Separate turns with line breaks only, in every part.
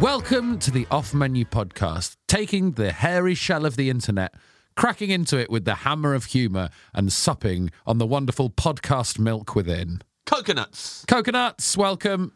Welcome to the Off Menu Podcast, taking the hairy shell of the internet, cracking into it with the hammer of humour, and supping on the wonderful podcast milk within.
Coconuts.
Coconuts, welcome.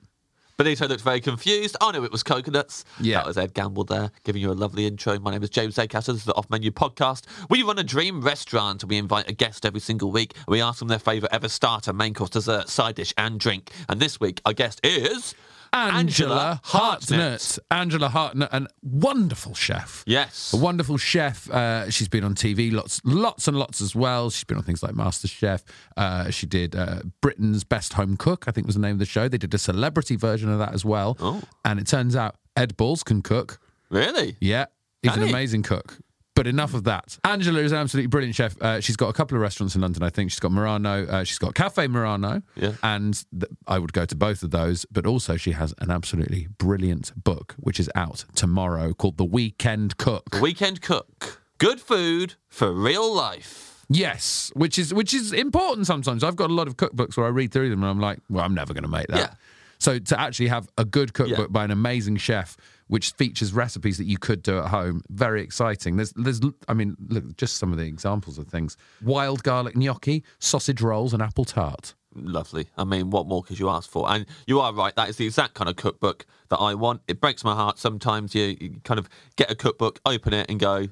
Benito looked very confused. I knew it was coconuts.
Yeah.
That was Ed Gamble there, giving you a lovely intro. My name is James Acaster. This is the Off Menu Podcast. We run a dream restaurant. We invite a guest every single week. and We ask them their favourite ever starter, main course, dessert, side dish, and drink. And this week, our guest is
Angela Hartnett. Angela Hartnett, and wonderful chef.
Yes.
A wonderful chef. Uh, she's been on TV lots, lots and lots as well. She's been on things like MasterChef. Uh, she did uh, Britain's Best Home Cook, I think was the name of the show. They did a celebrity version of that as well.
Oh.
And it turns out Ed Balls can cook.
Really?
Yeah, he's
Can
an
he?
amazing cook. But enough of that. Angela is an absolutely brilliant chef. Uh, she's got a couple of restaurants in London, I think. She's got Murano, uh, she's got Cafe Murano.
Yeah.
And th- I would go to both of those. But also, she has an absolutely brilliant book, which is out tomorrow called The Weekend Cook.
Weekend cook. Good food for real life.
Yes, which is which is important sometimes. I've got a lot of cookbooks where I read through them and I'm like, well, I'm never going to make that.
Yeah.
So to actually have a good cookbook
Yeah.
by an amazing chef, which features recipes that you could do at home, very exciting. There's there's I mean, look just some of the examples of things: wild garlic gnocchi, sausage rolls, and apple tart.
Lovely. I mean, what more could you ask for? And you are right. That is the exact kind of cookbook that I want. It breaks my heart sometimes. You, you kind of get a cookbook, open it, and go,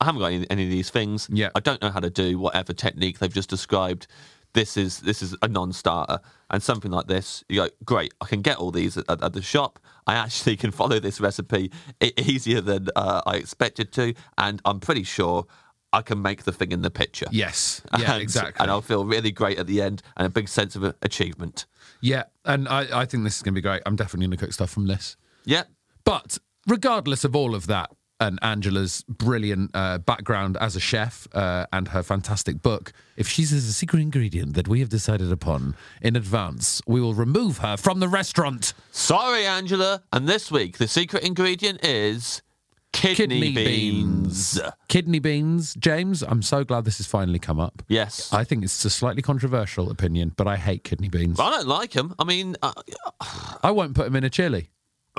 I haven't got any, any of these things.
Yeah.
I don't know how to do whatever technique they've just described. This is this is a non-starter, and something like this, you go, great. I can get all these at, at the shop. I actually can follow this recipe e- easier than uh, I expected to, and I'm pretty sure I can make the thing in the picture.
Yes, yeah,
And-
exactly.
And I'll feel really great at the end and a big sense of a- achievement.
yeah, and I, I think this is going to be great. I'm definitely going to cook stuff from this.
Yeah.
But regardless of all of that, and Angela's brilliant uh, background as a chef uh, and her fantastic book, if she's a secret ingredient that we have decided upon in advance, we will remove her from the restaurant.
Sorry, Angela. And this week, the secret ingredient is kidney, beans.
Kidney beans. James, I'm so glad this has finally come up.
Yes. I,
I think it's a slightly controversial opinion, but I hate kidney beans.
I don't like them. I mean, uh,
I won't put them in a chili.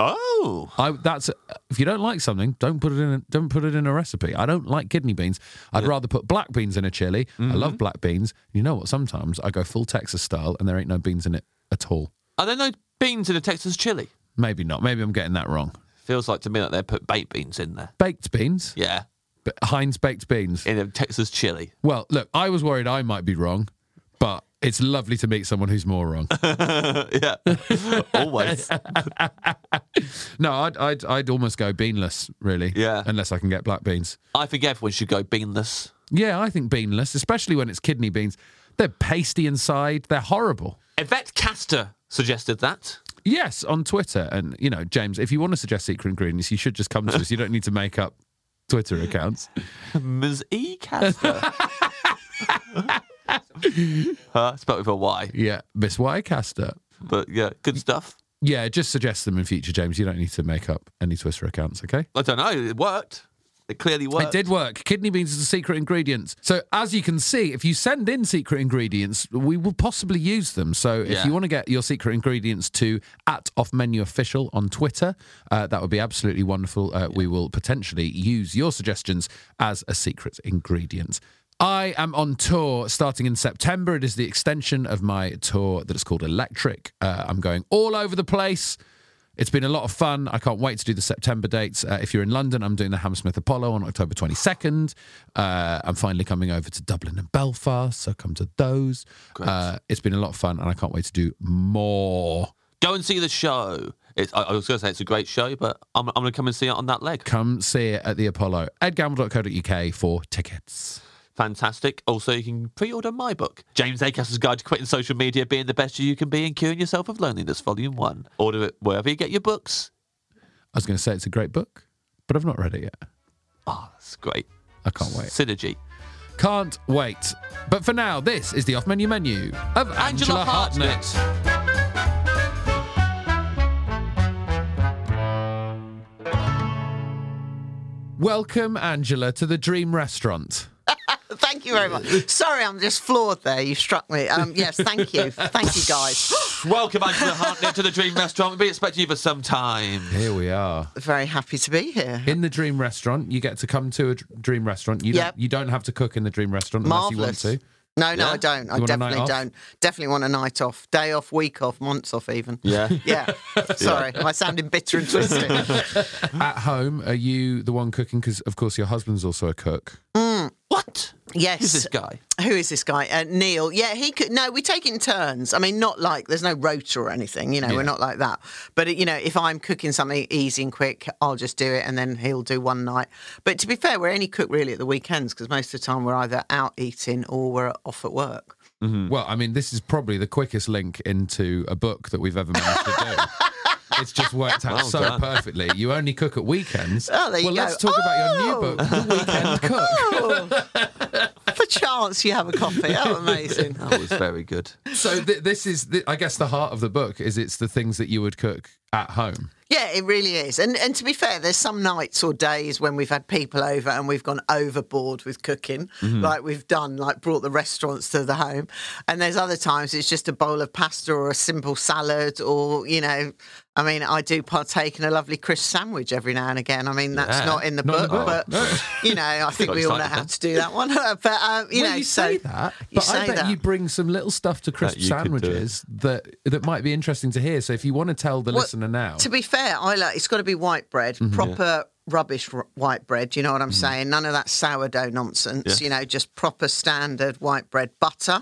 oh.
I that's if you don't like something, don't put it in. A, don't put it in a recipe. I don't like kidney beans. I'd rather put black beans in a chili.
Mm-hmm.
I love black beans. You know what? Sometimes I go full Texas style, and there ain't no beans in it at all.
Are there no beans in a Texas chili?
Maybe not. Maybe I'm getting that wrong.
Feels like to me like they put baked beans in there.
Baked beans,
Yeah.
but Heinz baked beans.
In a Texas chili.
Well, look, I was worried I might be wrong, but it's lovely to meet someone who's more wrong.
yeah. Always.
no, I'd, I'd I'd almost go beanless really.
Yeah.
Unless I can get black beans.
I think everyone should go beanless.
Yeah, I think beanless, especially when it's kidney beans. They're pasty inside. They're horrible.
Yvette Castor suggested that.
Yes, on Twitter. And, you know, James, if you want to suggest secret ingredients, you should just come to us. You don't need to make up Twitter accounts.
Ms. E. Caster. Huh? Spelled with a Y.
Yeah, Miss Wirecaster.
But yeah, good stuff.
Yeah, just suggest them in future, James. You don't need to make up any Twitter accounts, okay?
I don't know. It worked. It clearly worked.
It did work. Kidney beans is a secret ingredient. So, as you can see, if you send in secret ingredients, we will possibly use them. So, if
Yeah.
you want to get your secret ingredients to at off menu official on Twitter, uh, that would be absolutely wonderful. Uh, We will potentially use your suggestions as a secret ingredient. I am on tour starting in September. It is the extension of my tour that is called Electric. Uh, I'm going all over the place. It's been a lot of fun. I can't wait to do the September dates. Uh, if you're in London, I'm doing the Hammersmith Apollo on October 22nd. Uh, I'm finally coming over to Dublin and Belfast, so come to those. Uh, it's been a lot of fun, and I can't wait to do more.
Go and see the show. It's, I, I was going to say it's a great show, but I'm, I'm going to come and see it on that leg.
Come see it at the Apollo. Edgamble.co.uk for tickets.
Fantastic. Also, you can pre order my book, James Acaster's Guide to Quitting Social Media, Being the Best You Can Be and Curing Yourself of Loneliness, Volume 1. Order it wherever you get your books.
I was going to say it's a great book, but I've not read it yet.
Oh, that's great.
I can't wait.
Synergy.
Can't wait. But for now, this is the off menu menu of Angela,
Angela
Hartnett.
Hartnett.
Welcome, Angela, to the Dream Restaurant.
Thank you very much. Sorry, I'm just floored there. You struck me. Um, yes, thank you. Thank you, guys.
Welcome, Angela Hartnett, to the Dream Restaurant. We've been expecting you for some time.
Here we are.
Very happy to be here.
In the Dream Restaurant, you get to come to a dr- Dream Restaurant. You,
Yep.
don't, you don't have to cook in the Dream Restaurant unless
Marvellous.
you want to.
No, no,
Yeah?
I don't. I
You want a night
definitely
off?
don't. Definitely want a night off. Day off, week off, months off, even.
Yeah.
Yeah. Sorry, am I sounding bitter and twisted?
At home, are you the one cooking? Because, of course, your husband's also a cook.
What?
Yes.
Who's this guy?
Who is this guy? Uh, Neil. Yeah, he could. No, we take it in turns. I mean, not like there's no rota or anything. You know, we're not like that. But you know, if I'm cooking something easy and quick, I'll just do it, and then he'll do one night. But to be fair, we only cook really at the weekends because most of the time we're either out eating or we're off at work.
Hmm.
Well, I mean, this is probably the quickest link into a book that we've ever managed to do. It's just worked out
Well
so
done.
perfectly. You only cook at weekends.
Oh, there you
well,
go.
let's talk about your new
Oh.
book, The Weekend Cook.
The chance you have a coffee. Oh, amazing.
That was very good.
So th- this is, th- I guess, the heart of the book is it's the things that you would cook at home.
Yeah, it really is. And and to be fair, there's some nights or days when we've had people over and we've gone overboard with cooking,
Mm-hmm.
like we've done, like brought the restaurants to the home. And there's other times it's just a bowl of pasta or a simple salad, or you know, I mean, I do partake in a lovely crisp sandwich every now and again. I mean, that's
Yeah.
not in the
Not in the
book,
book,
but
no.
you know, I think
Got
we all know how
excited then.
to do that one. but um, you
well,
know,
you
so
say that,
you
but I
say
bet
that.
you bring some little stuff to crisp
you could do it.
sandwiches that that might be interesting to hear. So if you want to tell the
Well,
listener now,
To be fair, I like it's got to be white bread,
Mm-hmm.
proper rubbish r- white bread. You know what I'm saying? None of that sourdough nonsense.
Yes.
You know, just proper standard white bread, butter,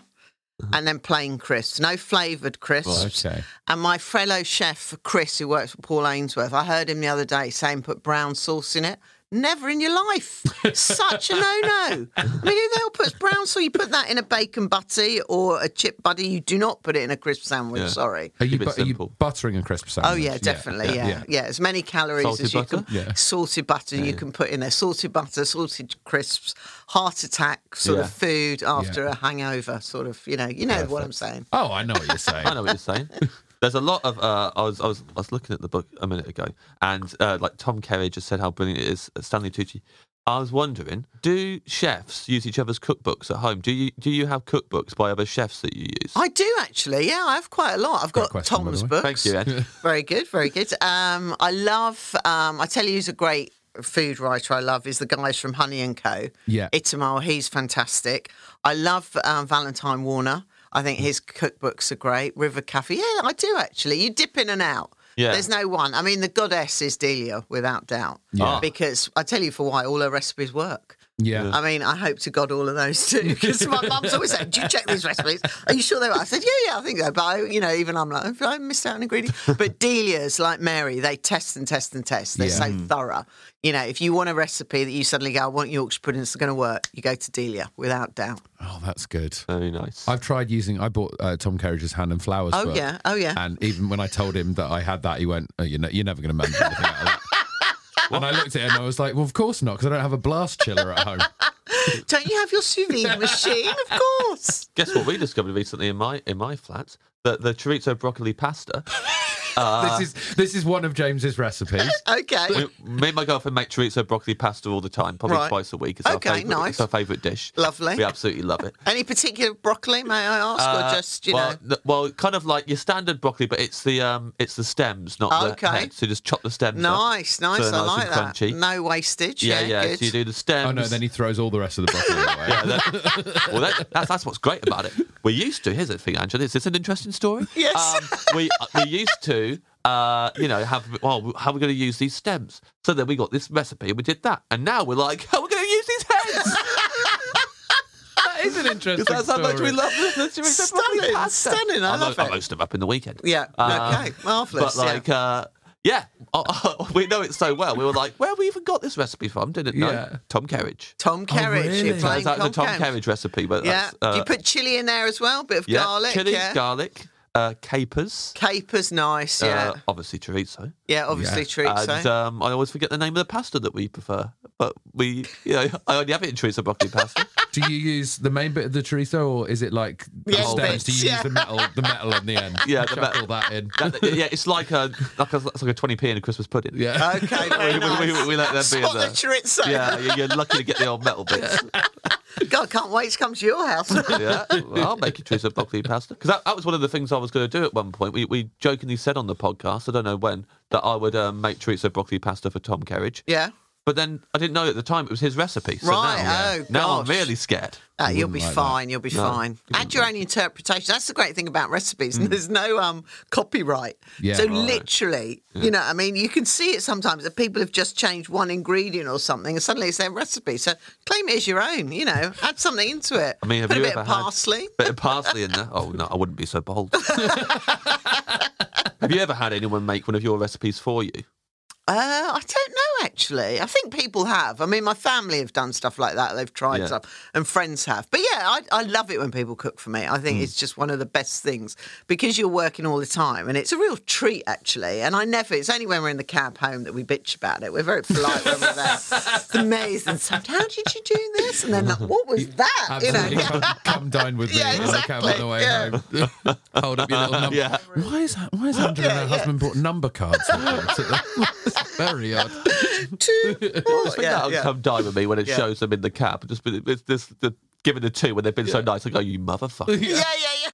and then plain crisps, no flavored crisps.
Uh-huh. okay.
And my fellow chef Chris, who works for Paul Ainsworth, I heard him the other day saying put brown sauce in it. Never in your life. Such a no no. I mean, who the hell puts brown sauce? You put that in a bacon butty or a chip buddy. You do not put it in a crisp sandwich.
Yeah.
Sorry.
are you,
Keep it
bu- are you
simple.
buttering a crisp sandwich?
Oh yeah, definitely. Yeah, yeah. As many calories
Salted
as you
butter?
can.
Yeah.
Salted butter you can put in there. Salted butter, salted crisps, heart attack sort
Yeah.
of food after
Yeah.
a hangover. Sort of, you know, you know what I'm saying.
Oh, I know what you're saying.
I know what you're saying. There's a lot of. Uh, I was I was I was looking at the book a minute ago, and uh, like Tom Kerry just said how brilliant it is. uh, Stanley Tucci. I was wondering, do chefs use each other's cookbooks at home? Do you do you have cookbooks by other chefs that you use?
I do actually. Yeah, I have quite a lot. I've
Great
got
question, by the
Tom's
way.
books.
Thank you, Ed.
Very good, very good. Um, I love. Um, I tell you, who's a great food writer. I love is the guys from Honey and Co.
Yeah.
Itamar. He's fantastic. I love um, Valentine Warner. I think his cookbooks are great. River Cafe. Yeah, I do actually. You dip in and out.
Yeah.
There's no one. I mean, the goddess is Delia, without doubt.
Yeah. Ah.
Because I tell you for why, all her recipes work.
Yeah.
I mean, I hope to God all of those too, because my mum's always saying, "Do you check these recipes? Are you sure they were?" I said, "Yeah, yeah, I think so." But I, you know, even I'm like, "Have I missed out on ingredient?" But Delia's like Mary; they test and test and test. They're so
Mm.
thorough. You know, if you want a recipe that you suddenly go, "I want Yorkshire pudding," it's going to work. You go to Delia without doubt.
Oh, that's good.
Very nice.
I've tried using. I bought uh, Tom Carriage's Hand and Flowers.
Oh,
book,
yeah. Oh, yeah.
And even when I told him that I had that, he went, oh, "You know, you're never going to manage anything out of that." and I looked at him. and I was like, "Well, of course not, because I don't have a blast chiller at home."
Don't you have your sous vide machine? Of course.
Guess what we discovered recently in my in my flat? The the chorizo broccoli pasta. Ah.
this is this is one of James's recipes.
Okay.
We- me and my girlfriend make chorizo broccoli pasta all the time, probably
Right.
twice a week. It's
Okay,
our favorite,
nice.
It's our favourite dish.
Lovely.
We absolutely love it.
Any particular broccoli, may I ask,
Uh,
or just you
well,
know?
th- well, kind of like your standard broccoli, but it's the um, it's the stems, not
Okay.
the head. So you just chop the stems. up.
Nice, nice.
So
I
nice
like
and
that.
crunchy.
No wastage.
Yeah,
Yeah,
yeah.
Good.
So you do the stems.
oh no! Then he throws all the rest of the broccoli away.
Yeah, that- well, that, that's, that's what's great about it. We used to. Here's the thing, Angela. Is this an interesting story?
Yes.
Um, we we used to. Uh, you know, have well, how are we going to use these stems? So then we got this recipe and we did that, and now we're like, how are we going to use these heads?
that is an interesting.
Because that's how much we
story.
love the, the chorizo
Stunning,
broccoli pasta.
stunning, I love
lo-
it.
I roast them up in the weekend.
Yeah, okay, marvellous,
Uh, But
yeah.
like, uh, yeah, oh, we know it so well. We were like, where have we even got this recipe from? Didn't know.
Yeah.
Tom Kerridge.
Tom Carriage.
really?
you're
So
playing
It's like the Tom
Carriage.
Kerridge recipe, but
Yeah.
that's, uh,
do you put chili in there as well? Bit of
yeah,
garlic.
chili,
yeah.
garlic, uh, capers,
Capers, nice. Yeah.
uh, obviously chorizo.
yeah. Obviously, treats.
And
eh?
um, I always forget the name of the pasta that we prefer, but we, you know, I only have it in chorizo broccoli pasta.
Do you use the main bit of the chorizo, or is it like the
Yeah,
stems? Do
bits,
you
yeah.
use the metal, the metal on the end?
Yeah, the
chuck
metal.
all that in.
That- yeah, it's like a like a, it's like a twenty p in a Christmas pudding.
yeah.
okay.
we,
Very
we-
nice.
we, we let them be
Spot
in
the
there.
chorizo.
Yeah, you- you're lucky to get the old metal bits.
God, I can't wait to come to your house.
Yeah, well, I'll make you chorizo broccoli pasta because that, that was one of the things I was going to do at one point. We, we jokingly said on the podcast, I don't know when, that I would um, make chorizo broccoli pasta for Tom Kerridge.
yeah.
But then I didn't know at the time it was his recipe. So
Right,
Now,
oh,
now I'm
gosh.
really scared.
Ah, you'll be
like that.
fine. You'll be fine. Add your own interpretation. That's the great thing about recipes.
Hmm.
There's no um, copyright.
Yeah.
so
Right.
literally, you know, I mean, you can see it sometimes that people have just changed one ingredient or something, and suddenly it's their recipe. So claim it as your own. You know, add something into it.
I mean, have
put
you
a bit
ever
of
had
parsley.
bit of parsley in there? Oh no, I wouldn't be so bold. have you ever had anyone make one of your recipes for you?
Uh, I don't know actually. I think people have. I mean, my family have done stuff like that. They've tried
Yeah.
stuff, and friends have. But yeah, I, I love it when people cook for me. I think it's just one of the best things because you're working all the time, and it's a real treat actually. And I never. It's only when we're in the cab home that we bitch about it. We're very polite when we're there. It's amazing. So, How did you do this? And then like, what was that? You know.
Absolutely.
yeah.
Come, come dine with me
Yeah,
on the cab on the way
exactly,
home. Hold up your little number.
Yeah.
Why is that, why is Angela and her husband brought number cards? for them? It's very odd.
Two,
I
four,
think
yeah,
that'll
yeah.
come dine with me when it
Yeah.
shows them in the cab. Just be- it's this, the, giving the two when they've been so nice. I go, you motherfucker.
yeah, yeah, yeah.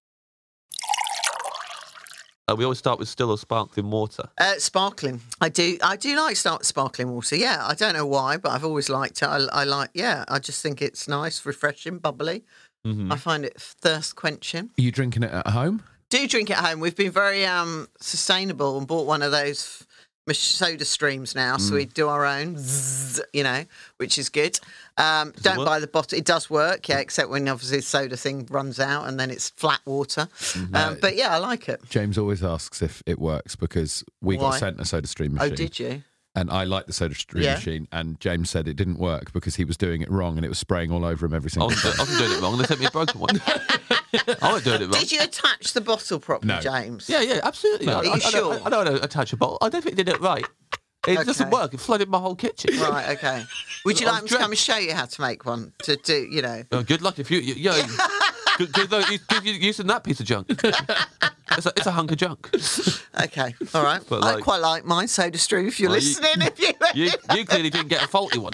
Uh, we always start with still or sparkling water.
Uh, sparkling. I do. I do like start sparkling water. Yeah, I don't know why, but I've always liked it. I, I like. Yeah, I just think it's nice, refreshing, bubbly. I find it thirst quenching.
Are you drinking it at home?
Do drink at home. We've been very um sustainable and bought one of those mach- soda streams now, so we do our own. zzz, You know, which is good. Um, don't
work?
buy the bottle. It does work, yeah, except when obviously the soda thing runs out and then it's flat water. Um, but yeah, I like it.
James always asks if it works because we
Why?
got sent a soda stream
Oh,
machine.
did you?
And I like the soda stream
Yeah.
machine. And James said it didn't work because he was doing it wrong and it was spraying all over him every
I
single
wasn't,
time.
do- I wasn't doing it wrong. They sent me a broken one. I wasn't doing it wrong.
Did you attach the bottle properly,
No.
James?
Yeah, yeah, absolutely. I,
you
I, I, know-
sure?
I, know I don't attach a bottle. I don't think they did it right. It doesn't
Okay.
work. It flooded my whole kitchen.
Right, okay. Would you
I
like me
was
to come and show you how to make one? To do, you know.
Oh, good luck if you, you, you, know, good, good luck you, you- you- using that piece of junk. It's a, it's a hunk of junk.
Okay, all right.
But
I
like-
quite like mine, Soda Stream, if you're
Well, you-
listening. if you,
You, you clearly didn't get a faulty one.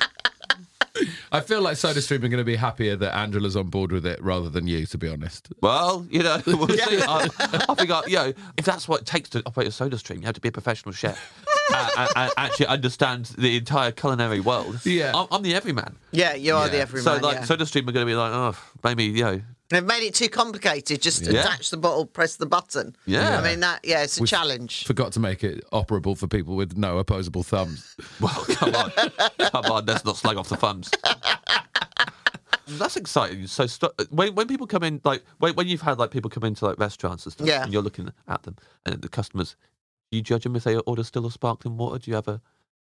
I feel like Soda Stream are going to be happier that Angela's on board with it rather than you, to be honest.
Well, you know, we'll see. I, I think, I, you know, if that's what it takes to operate a soda stream, you have to be a professional chef and, and, and actually understand the entire culinary world.
Yeah.
I'm, I'm the everyman.
yeah, you are the
Yeah.
everyman.
so, like,
yeah.
soda stream are going to be like, oh, maybe, you know,
They've made it too complicated. Just
Yeah.
attach the bottle, press the button.
Yeah.
I mean, that, yeah, it's a
We've
challenge.
Forgot to make it operable for people with no opposable thumbs.
well, come on, come on, let's not slag off the thumbs. that's exciting. So st- when when people come in, like when, when you've had like people come into like restaurants and stuff,
Yeah.
and you're looking at them and the customers, do you judge them if they order still or sparkling water? Do you ever?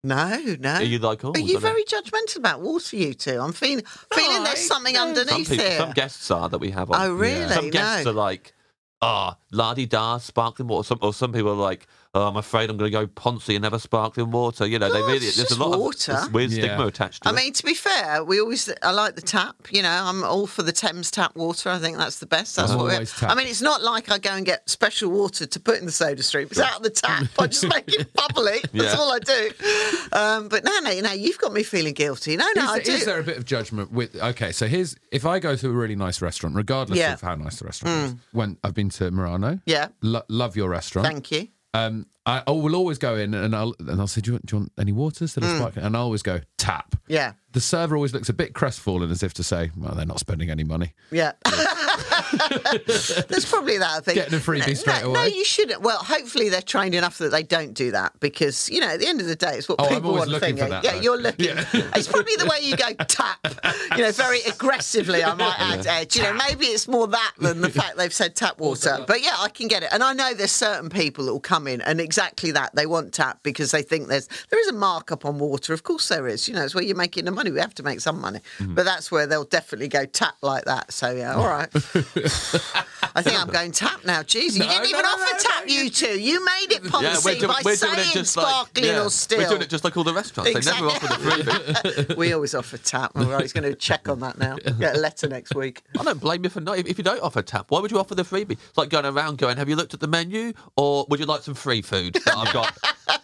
No, no.
Are you like, oh,
Um, Are you
dunno.
very judgmental about water, you two? I'm feeling feeling
No,
there's something
no.
underneath
some people-
here.
Some guests are that we have. On.
Oh, really?
Some guests
No.
are like, ah, la di da, sparkling water. Some, or some people are like, oh, I'm afraid I'm going to go Ponzi and have a sparkling water. You know, they
God,
really
it's
there's a
just
lot
water.
of this weird
Yeah.
stigma attached to
I
it.
mean, to be fair, we always I like the tap. You know, I'm all for the Thames tap water. I think that's the best. That's
I'm
what
always
we
tap.
I mean, it's not like I go and get special water to put in the Soda Stream. It's out of the tap. I just make it bubbly. That's
Yeah.
all I do. Um, but no, no, no, you've got me feeling guilty. No, no,
is,
I
there-
do.
is there a bit of judgment with? Okay, so here's if I go to a really nice restaurant, regardless
Yeah. Mm.
of how nice the restaurant is. When I've been to Murano,
Yeah.
lo- love your restaurant.
Thank you.
um, I, I will always go in and I'll and I'll say, do you want, do you want any water? Still a sparkling? And I always go tap.
Mm. Yeah.
The server always looks a bit crestfallen, as if to say, well, they're not spending any money.
Yeah. There's probably that I think.
Getting a freebie
no,
straight
no, No,
away.
you shouldn't. Well, hopefully they're trained enough that they don't do that because, you know, at the end of the day, it's what
Oh, I'm
people
always
want to
looking
think.
for that,
yeah,
though.
you're looking.
Yeah.
It's probably the way you go tap, you know, very aggressively, I might add, Ed. You know, maybe it's more that than the fact they've said tap water. But yeah, I can get it. And I know there's certain people that will come in and exactly that. They want tap because they think there's, there is a markup on water. Of course there is. You know, it's where you're making the money. We have to make some money.
Mm-hmm.
But that's where they'll definitely go tap like that. So yeah, all right. I think I'm going tap now. Jeez, you
No,
didn't even
no, no,
offer
no,
tap, you two. You made it Ponzi by saying sparkling
yeah,
or still.
We're doing it just like all the restaurants.
Exactly.
They never offer the freebie.
we always offer tap. All right, he's going to check on that now. Get a letter next week.
I don't blame you for not. If, if you don't offer tap, why would you offer the freebie? It's like going around going, have you looked at the menu, or would you like some free food that I've got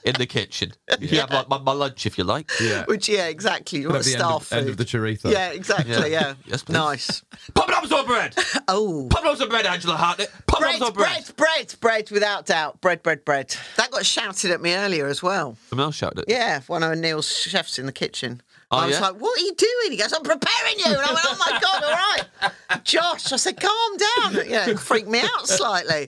in the kitchen? You can have like my, my lunch if you like.
Yeah.
Which, yeah, exactly. You
But
want
at the end
staff
of, end of
food.
the chorizo.
yeah, exactly. Yeah.
Yeah. Yes, please.
nice.
Pop it up some bread.
Oh.
Pop it up some bread, Angela Hartnett. Pop
Bread,
it up some
bread, bread, bread, without doubt. Bread, bread, bread. That got shouted at me earlier as well.
Someone else shouted. it.
Yeah, one of Neil's chefs in the kitchen.
Oh,
I was
yeah?
like, what are you doing? He goes, I'm preparing you. And I went, oh my God, all right. Josh, I said, calm down. You know, it freaked me out slightly.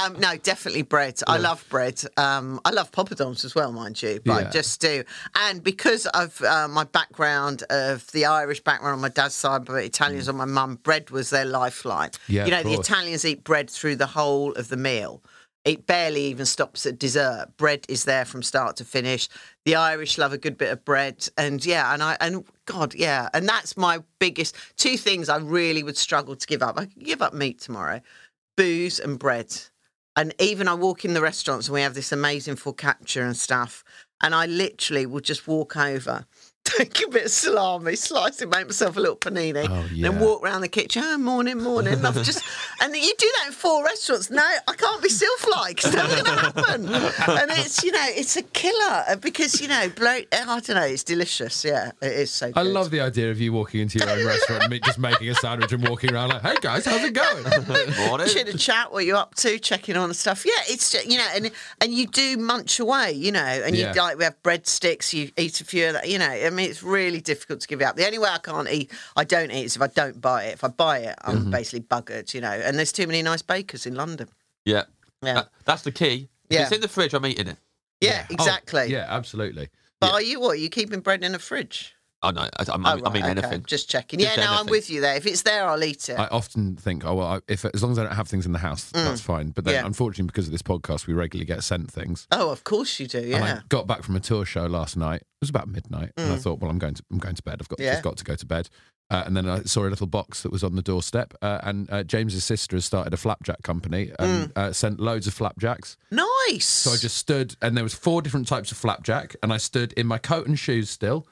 Um, no, definitely bread. I love bread. Um, I love poppadoms as well, mind you, but I
Yeah.
just do. And because of uh, my background of the Irish background on my dad's side, but
Mm.
Italians on my mum, bread was their lifeline.
Yeah,
you know,
of
the
course.
Italians eat bread through the whole of the meal. It barely even stops at dessert. Bread is there from start to finish. The Irish love a good bit of bread, and yeah, and I and God, yeah, and that's my biggest two things I really would struggle to give up. I could give up meat tomorrow, booze and bread. And even I walk in the restaurants and we have this amazing focaccia and stuff, and I literally will just walk over. Take a bit of salami, slice it, make myself a little panini,
Oh,
then
yeah.
walk around the kitchen. Oh, morning, morning. And I've just and you do that in four restaurants. No, I can't be self-like. It's never going to happen. And it's you know it's a killer uh, because you know bloat. I don't know. It's delicious. Yeah, it is so. Good.
I love the idea of you walking into your own restaurant and me- just making a sandwich and walking around like, hey guys, how's it going?
Morning.
Chitter chat, what you up to, checking on and stuff. Yeah, it's ju- you know, and and you do munch away, you know, and
Yeah.
you like we have breadsticks, you eat a few of that, you know. I mean, it's really difficult to give it up. The only way I can't eat, I don't eat, is if I don't buy it. If I buy it, I'm
Mm-hmm.
basically buggered, you know. And there's too many nice bakers in London.
Yeah.
Yeah.
That- that's the key. If
Yeah.
It's in the fridge. I'm eating it.
Yeah,
Oh,
exactly.
yeah, absolutely.
But are you what? Are you keeping bread in a fridge?
Oh no, I, I, I mean-
Oh,
I mean
right, okay.
anything.
Just checking.
Just
yeah, no, I'm
anything.
with you there. If it's there, I'll eat it.
I often think, oh well, I- if as long as I don't have things in the house, that's fine. But then,
Mm. Yeah.
unfortunately, because of this podcast, we regularly get sent things.
oh, of course you do.
And
Yeah. Mm.
I got back from a tour show last night. It was about midnight, and I thought, well, I'm going to I'm going to bed. I've got
Yeah.
just got to go to bed. Uh, and then I saw a little box that was on the doorstep, uh, and uh, James's sister has started a flapjack company and
Mm.
uh, sent loads of flapjacks.
Nice.
So I just stood, and there was four different types of flapjack, and I stood in my coat and shoes still.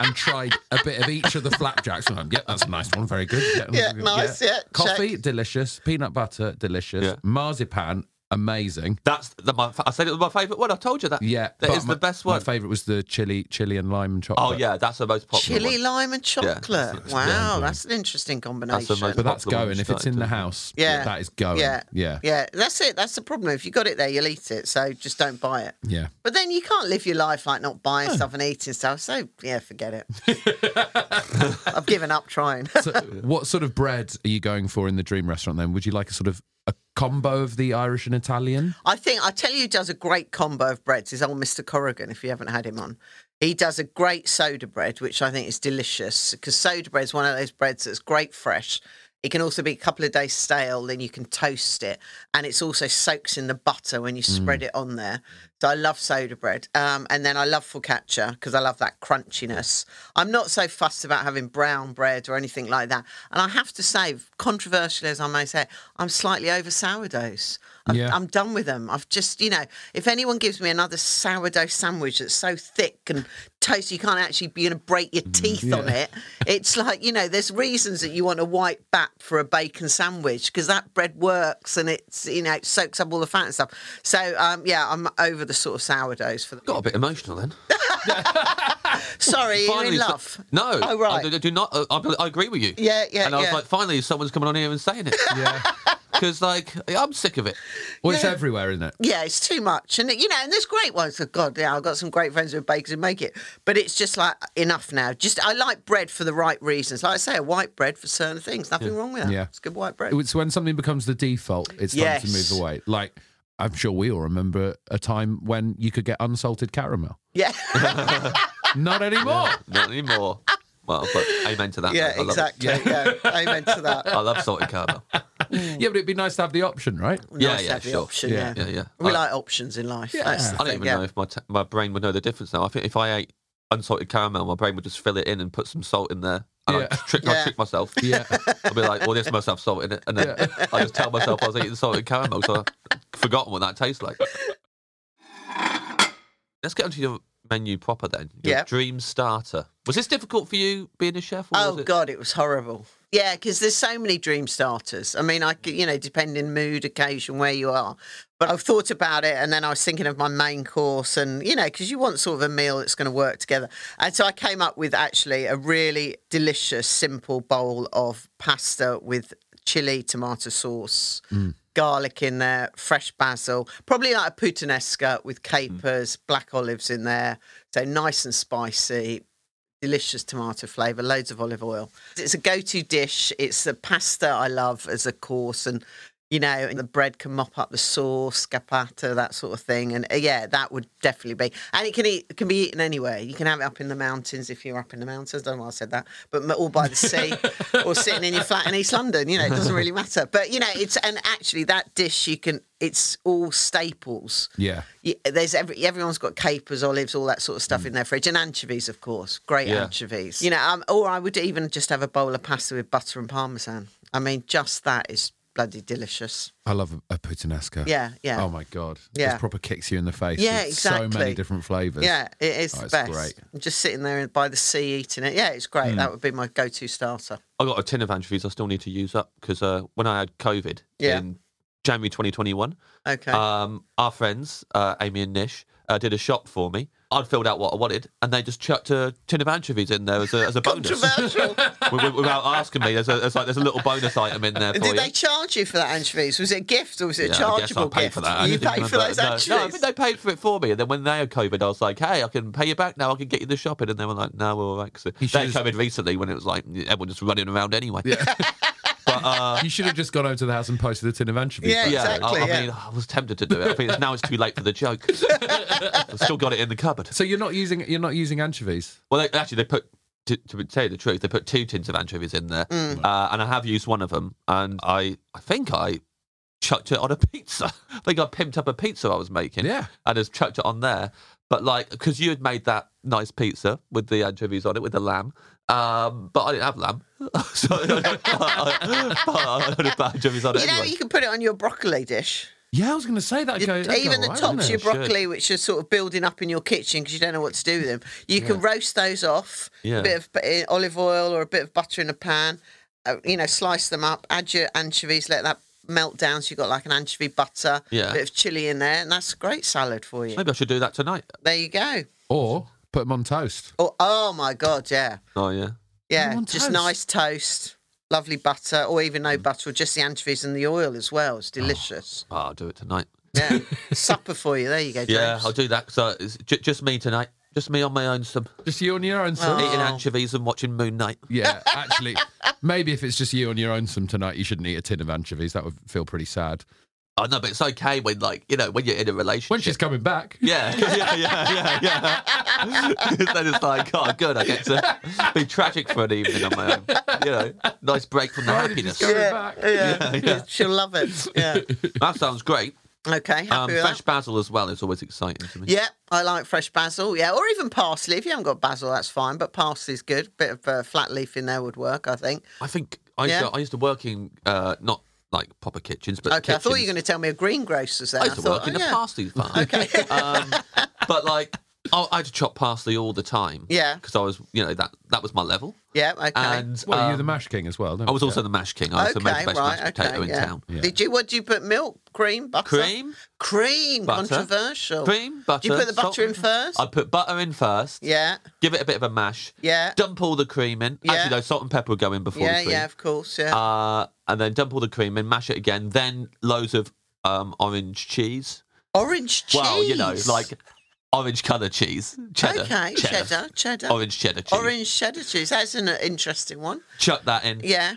And tried a bit of each of the flapjacks. And I'm, yep, that's a nice one. Very good.
Yeah, nice, yeah, check.
Coffee, delicious. Peanut butter, delicious.
Yeah.
Marzipan, amazing.
That's the, my. I said it was my favourite one. I told you that.
Yeah,
that
but
is
my-
the best one.
My favourite was the chili, chili and lime and chocolate.
Oh yeah, that's the most popular.
Chili,
one.
lime, and chocolate.
that's-
wow, that's an interesting combination.
That's the most-
but that's
popular one
going.
we
If it's in
started,
the
isn't it?
house,
Yeah.
that is going.
Yeah.
yeah,
Yeah. That's it. That's the problem. If you got it there, you'll eat it. So just don't buy it.
yeah.
But then you can't live your life like not buying stuff and eating stuff. So yeah, forget it. I've given up trying.
So, what sort of bread are you going for in the dream restaurant? Then, would you like a sort of a combo of the Irish and Italian.
I think I tell you, who does a great combo of breads is old Mister Corrigan. If you haven't had him on, he does a great soda bread, which I think is delicious because soda bread is one of those breads that's great fresh. It can also be a couple of days stale, then you can toast it, and it's also soaks in the butter when you spread it on there. So I love soda bread, um, and then I love focaccia because I love that crunchiness. I'm not so fussed about having brown bread or anything like that. And I have to say, controversial as I may say, I'm slightly over sourdoughs. I'm,
Yeah.
I'm done with them. I've just, you know, if anyone gives me another sourdough sandwich that's so thick and toast, you can't actually be going to break your
Mm,
teeth on it. It's like, you know, there's reasons that you want a white bat for a bacon sandwich because that bread works and it's, you know, it soaks up all the fat and stuff. So, um, yeah, I'm over the sort of sourdoughs for the.
Got a bit emotional then.
Sorry, you're in
so-
love.
No.
Oh, right.
I do, do not. uh, I, I agree with you.
Yeah, yeah,
And I was
yeah.
like, finally, someone's coming on here and saying it.
Yeah.
Because, like, I'm sick of it.
Well, it's everywhere, isn't it?
Yeah, it's too much, and you know, and there's great ones. Oh, God, yeah, I've got some great friends who are bakers who make it, but it's just like enough now. Just I like bread for the right reasons. Like I say, a white bread for certain things. Nothing wrong with that.
Yeah.
it's good white bread.
It's when something becomes the default, it's time to
Yes.
move away. Like, I'm sure we all remember a time when you could get unsalted caramel.
yeah,
Not anymore.
Not anymore. Well, but amen to that.
yeah,
mate. I love it.
exactly. Yeah. amen to that.
I love salted caramel.
yeah, but it'd be nice to have the option, right?
Yeah,
nice to
yeah,
have the
sure.
option.
Yeah.
Yeah,
Yeah, yeah.
We
I-
like options in life. That's the
I don't
thing,
even
yeah.
know if my t- my brain would know the difference now. I think if I ate unsalted caramel, my brain would just fill it in and put some salt in there. And
Yeah.
I'd trick, I'd
Yeah.
trick myself.
Yeah.
I'd be like, well, this must have salt in it. And then I just tell myself I was eating salted caramel. So I've forgotten what that tastes like. Let's get onto your menu proper then. Your
Yeah.
dream starter. Was this difficult for you being a chef? Or
Oh
was it-
God, it was horrible. Yeah, because there's so many dream starters. I mean, I c- you know, depending mood, occasion, where you are. But I've thought about it, and then I was thinking of my main course, and you know, because you want sort of a meal that's going to work together. And so I came up with actually a really delicious, simple bowl of pasta with chili, tomato sauce, garlic in there, fresh basil, probably like a puttanesca with capers, black olives in there. So nice and spicy, delicious tomato flavour, loads of olive oil. It's a go to dish. It's the pasta I love as a course. And, you know, and the bread can mop up the sauce, scappata, that sort of thing. And uh, yeah, that would definitely be. And it can, eat, it can be eaten anywhere. You can have it up in the mountains if you're up in the mountains. don't know why I said that. But all by the sea or sitting in your flat in East London. You know, it doesn't really matter. But, you know, it's. And actually, that dish, you can. It's all staples
Yeah.
you, there's every, everyone's got capers, olives, all that sort of stuff in their fridge, and anchovies, of course, great
Mm. Yeah.
anchovies. You know, um, or I would even just have a bowl of pasta with butter and parmesan. I mean, just that is bloody delicious.
I love a, a puttanesca.
Yeah, yeah.
Oh my god.
Yeah.
This proper kicks you in the face.
Yeah,
with So many
exactly.
different flavors.
Yeah, it is
Oh,
the
it's
best.
great.
I'm just sitting there by the sea eating it. Yeah, it's great.
Mm.
That would be my go-to starter.
I got a tin of anchovies I still need to use up because uh, when I had COVID
Yeah.
in January 2021,
Okay.
um, our friends, uh, Amy and Nish, uh, did a shop for me. I'd filled out what I wanted and they just chucked a tin of anchovies in there as a, as a bonus.
Controversial.
Wi- wi- Without asking me, there's a, there's, like, there's a little bonus item in there for
Did
you.
they charge you for that anchovies? Was it a gift or was it a
Yeah, I guess I
chargeable
paid
gift?
for that. I
You
didn't
paid for
remember.
those
No,
anchovies.
No, I think they paid for it for me. And then when they had COVID, I was like, hey, I can pay you back now. I can get you the shopping. And they were like, no, we're all right. 'Cause
You
they had
should've-
COVID recently when it was like everyone just running around anyway.
you should have just gone over to the house and posted a tin of anchovies.
Uh, Yeah,
back.
Yeah, I-
exactly,
I,
yeah.
mean, I was tempted to do it. I think it's, now it's too late for the joke. I've still got it in the cupboard.
So you're not using you're not using anchovies.
Well, they, actually, they put. To, to tell you the truth, they put two tins of anchovies in there,
Mm.
uh, and I have used one of them, and I, I think I chucked it on a pizza. I think I pimped up a pizza I was making,
Yeah.
and just chucked it on there. But like, because you had made that nice pizza with the anchovies on it, with the lamb, um, but I didn't have lamb, so I, I, I, I, had bad anchovies on it.
you know,
anyway.
you can put it on your broccoli dish.
Yeah, I was going to say that. Go, that'd
even the
go all right,
tops of your
wouldn't it?
broccoli, which are sort of building up in your kitchen because you don't know what to do with them, you can roast those off.
Yeah.
A bit of uh, olive oil or a bit of butter in a pan. Uh, you know, slice them up. Add your anchovies. Let that melt down. So you've got like an anchovy butter.
Yeah.
A bit of chili in there, and that's a great salad for you.
Maybe I should do that tonight.
There you go.
Or put them on toast.
Oh, oh my God, yeah,
Oh yeah.
yeah.
on
Just
toast. Mm.
nice toast. Lovely butter, or even no butter, or just the anchovies and the oil as well.
Oh.
It's delicious.
Oh, I'll do it tonight.
Yeah, supper for you. There you go. James.
Yeah, I'll do that. So it's ju- just me tonight. Just me on my own, some
Just you on your own, son.
Oh.
eating anchovies and watching Moon Knight.
Yeah, actually, maybe if it's just you on your own some tonight, you shouldn't eat a tin of anchovies. That would feel pretty sad.
I know, but it's okay when, like, you know, when you're in a relationship.
When she's coming back,
Yeah, yeah, yeah, yeah, yeah. then it's like, oh, good, I get to be tragic for an evening on my own. You know, nice break from the
Why did you
happiness.
go
Yeah,
back.
yeah.
Yeah, yeah.
She'll love it. Yeah.
That sounds great.
Okay. Happy
Um,
with
fresh
that.
basil as well is always exciting to me.
Yeah, I like fresh basil. Yeah, or even parsley. If you haven't got basil, that's fine. But parsley's good. Bit of uh, flat leaf in there would work, I think.
I think I used,
Yeah.
to, I used to work in uh, not like proper kitchens, but
Okay, I thought you were
kitchens.
going to tell me a greengrocer's there.
I used to
thought,
work in
oh,
a
yeah.
parsley farm. Okay. um, but like, I, I had to chop parsley all the time.
Yeah.
Because I was, you know, that that was my level.
Yeah, okay.
And
Well,
um,
you're the mash king as well. Don't
I was
forget.
also the mash king. I also
okay,
made the best
right.
mashed
okay,
potato in
yeah.
town.
Did you? What do you put? Milk, cream, butter,
Cream,
cream.
Butter.
Controversial.
cream, butter.
Do you put the
salt.
butter in first?
I put butter in first.
Yeah,
Give it a bit of a mash.
Yeah.
Dump all the cream in.
Yeah.
Actually, no, salt and pepper would go in before
yeah,
the cream.
yeah. Of course, yeah.
Uh, and then dump all the cream in, mash it again. Then loads of um, orange cheese.
Orange cheese.
Well, you know, like orange colour cheese, cheddar,
okay, cheddar, cheddar,
orange cheddar cheese.
orange cheddar cheese. That's an interesting one.
Chuck that in,
Yeah,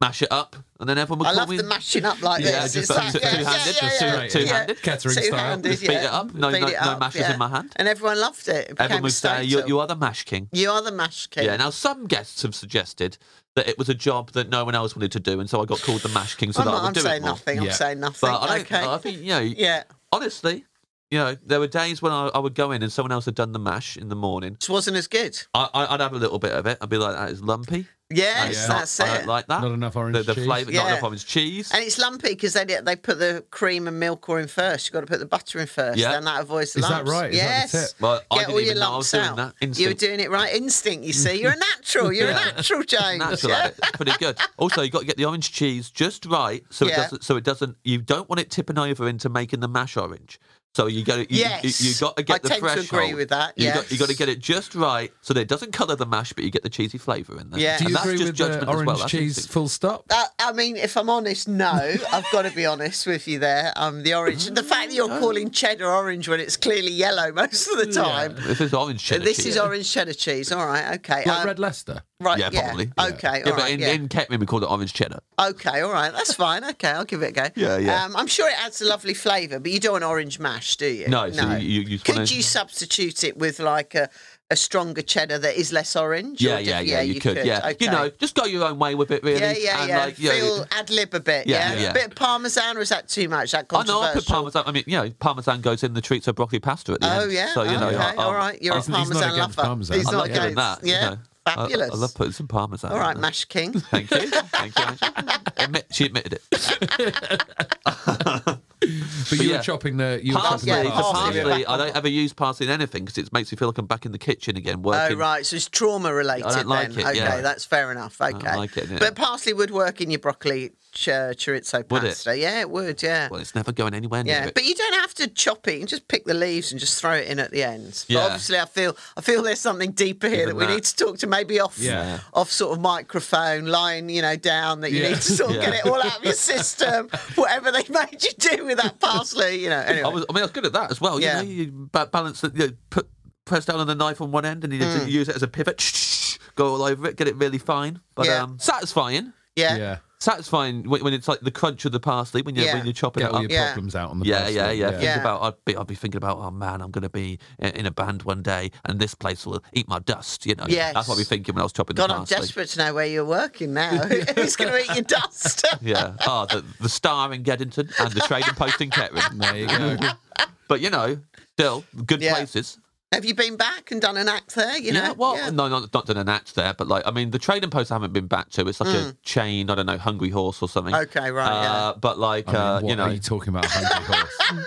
mash it up, and then everyone would
I
call
love
me.
the mashing up like
Yeah,
this.
just
It's like-
two-
yeah,
two-handed,
yeah,
just
yeah,
two-
yeah.
two-handed.
Yeah.
Kettering style.
Two-handed,
Just beat
yeah.
it up. No-
Beat
no-
it
no
up,
mashes in my hand.
And everyone loved it. it
everyone
became a
would say, you,
staple.
you are the mash king.
You are the mash king.
Yeah. Now, some guests have suggested that it was a job that no one else wanted to do, and so I got called the mash king so
I'm,
that I would
I'm
do
saying
it more.
nothing. I'm
Yeah.
saying nothing.
But I don't.
okay.
I think you know.
yeah.
Honestly, you know, there were days when I, I would go in and someone else had done the mash in the morning.
It wasn't as good.
I, I, I'd have a little bit of it. I'd be like, that is lumpy.
Yes,
That's not-
that's
I
it.
don't like that.
Not enough orange
The, the
cheese.
flavour, not
Yeah.
enough orange cheese.
and it's lumpy because they they put the cream and milk or in first. You've got to put the butter in first,
Yeah.
and that avoids the
Is that
lumps.
right? Is that
yes.
the tip?
Well, I
Get
didn't
all
even
your
know I was
lumps
doing
out.
that.
You were
Instinct.
doing it right. Instinct. You see, you're a natural. You're
Yeah.
a natural, James.
Natural
yeah.
at it. It's pretty good. Also, you got to get the orange cheese just right, so it
Yeah.
doesn't. So it doesn't. You don't want it tipping over into making the mash orange. So you got to. You,
Yes.
You, you got to get
I
the
tend to agree
threshold.
with that,
You got. You
yes.
got to get it just right, so that it doesn't colour the mash, but you get the cheesy flavour in there.
Yeah. Do
Do
And
you
that's
agree
just
with
judgment
the
as
orange
well. That's
cheese?
instinct.
Full stop.
Uh, I mean, if I'm honest, no. I've got to be honest with you there. Um, the orange, the fact that you're
Oh.
calling cheddar orange when it's clearly yellow most of the time.
This is orange cheddar
This
cheese.
is orange cheddar cheese. All right, okay.
Like
Um,
Red Leicester.
right,
Yeah, probably.
Okay,
yeah,
all
but
right,
in,
yeah.
in Kettering we call it orange cheddar.
Okay, all right, that's fine. Okay, I'll give it a go.
Yeah, yeah.
Um, I'm sure it adds a lovely flavour, but you don't want orange mash, do you?
No, so you- you- you just
Could
wanna-
you substitute it with like a, a stronger cheddar that is less orange?
Yeah,
Or do-
yeah, yeah. You, could, yeah.
Okay.
You know, just go your own way with it, really.
Yeah, yeah,
and
yeah.
Like, you know,
Feel ad lib a bit.
Yeah,
Yeah,
yeah.
A bit of parmesan, or is that too much? That
I know I put
controversial.
parmesan. I mean, you know, parmesan goes in the treats of broccoli pasta at the
Oh
end.
yeah.
So you know,
okay.
I, I,
all right. You're
He's-
a
he's not
parmesan
against
lover.
parmesan.
He's
I
I'm
not
love hearing
against.
that. you
yeah.
know. I- I-
Fabulous.
I, love putting some parmesan.
all
in
right,
there.
Mash King.
Thank you. Thank you. Ange. Admit, she admitted it.
But you
yeah.
were chopping the you were chopping
Parsley,
yeah,
the
the
parsley.
parsley.
yeah.
I don't ever use parsley in anything because it makes me feel like I'm back in the kitchen again
Oh
working.
right, so it's trauma related.
I don't like
then.
it,
okay,
yeah.
that's fair enough. Okay,
like it, yeah.
but parsley would work in your broccoli ch- chorizo
Would it?
pasta. Yeah, it would. Yeah,
Well, it's never going anywhere near
yeah.
it.
But you don't have to chop it. You can just pick the leaves and just throw it in at the end.
Yeah.
But obviously, I feel I feel there's something deeper here
Even
that we
that.
need to talk to maybe off
Yeah.
off sort of microphone, lying you know down that you
Yeah.
need to sort of
Yeah.
get it all out of your system. whatever they made you do with that parsley, you know. Anyway.
I was. I mean, I was good at that as well.
Yeah.
You know, you ba- balance the You know, put press down on the knife on one end, and you
Mm.
need to use it as a pivot. Go all over it, get it really fine, but
Yeah.
um, satisfying.
yeah.
Yeah.
Satisfying when, when it's like the crunch of the parsley when you're
Yeah.
when you're chopping
Get
it up.
all your
Yeah.
problems out on the
yeah,
parsley.
yeah, yeah, Think
Yeah.
about I'd be I'd be thinking about oh man, I'm gonna be i- in a band one day, and this place will eat my dust. You know,
Yes.
that's what I'd be thinking when I was chopping
God,
the
I'm
parsley.
desperate to know where you're working now. Who's going to eat your dust?
Yeah. Oh, the, the star in Geddington and the trading post in Kettering.
There you go.
But you know, still good
Yeah.
places.
Have you been back and done an act there? You know,
yeah, well, no, not, not done an act there, but like, I mean, the trading post I haven't been back to. It's like a chain, I don't know, Hungry Horse or something.
Mm. Okay, right,
Uh, But like,
I mean,
uh,
what
you know,
are you talking about? Hungry horse.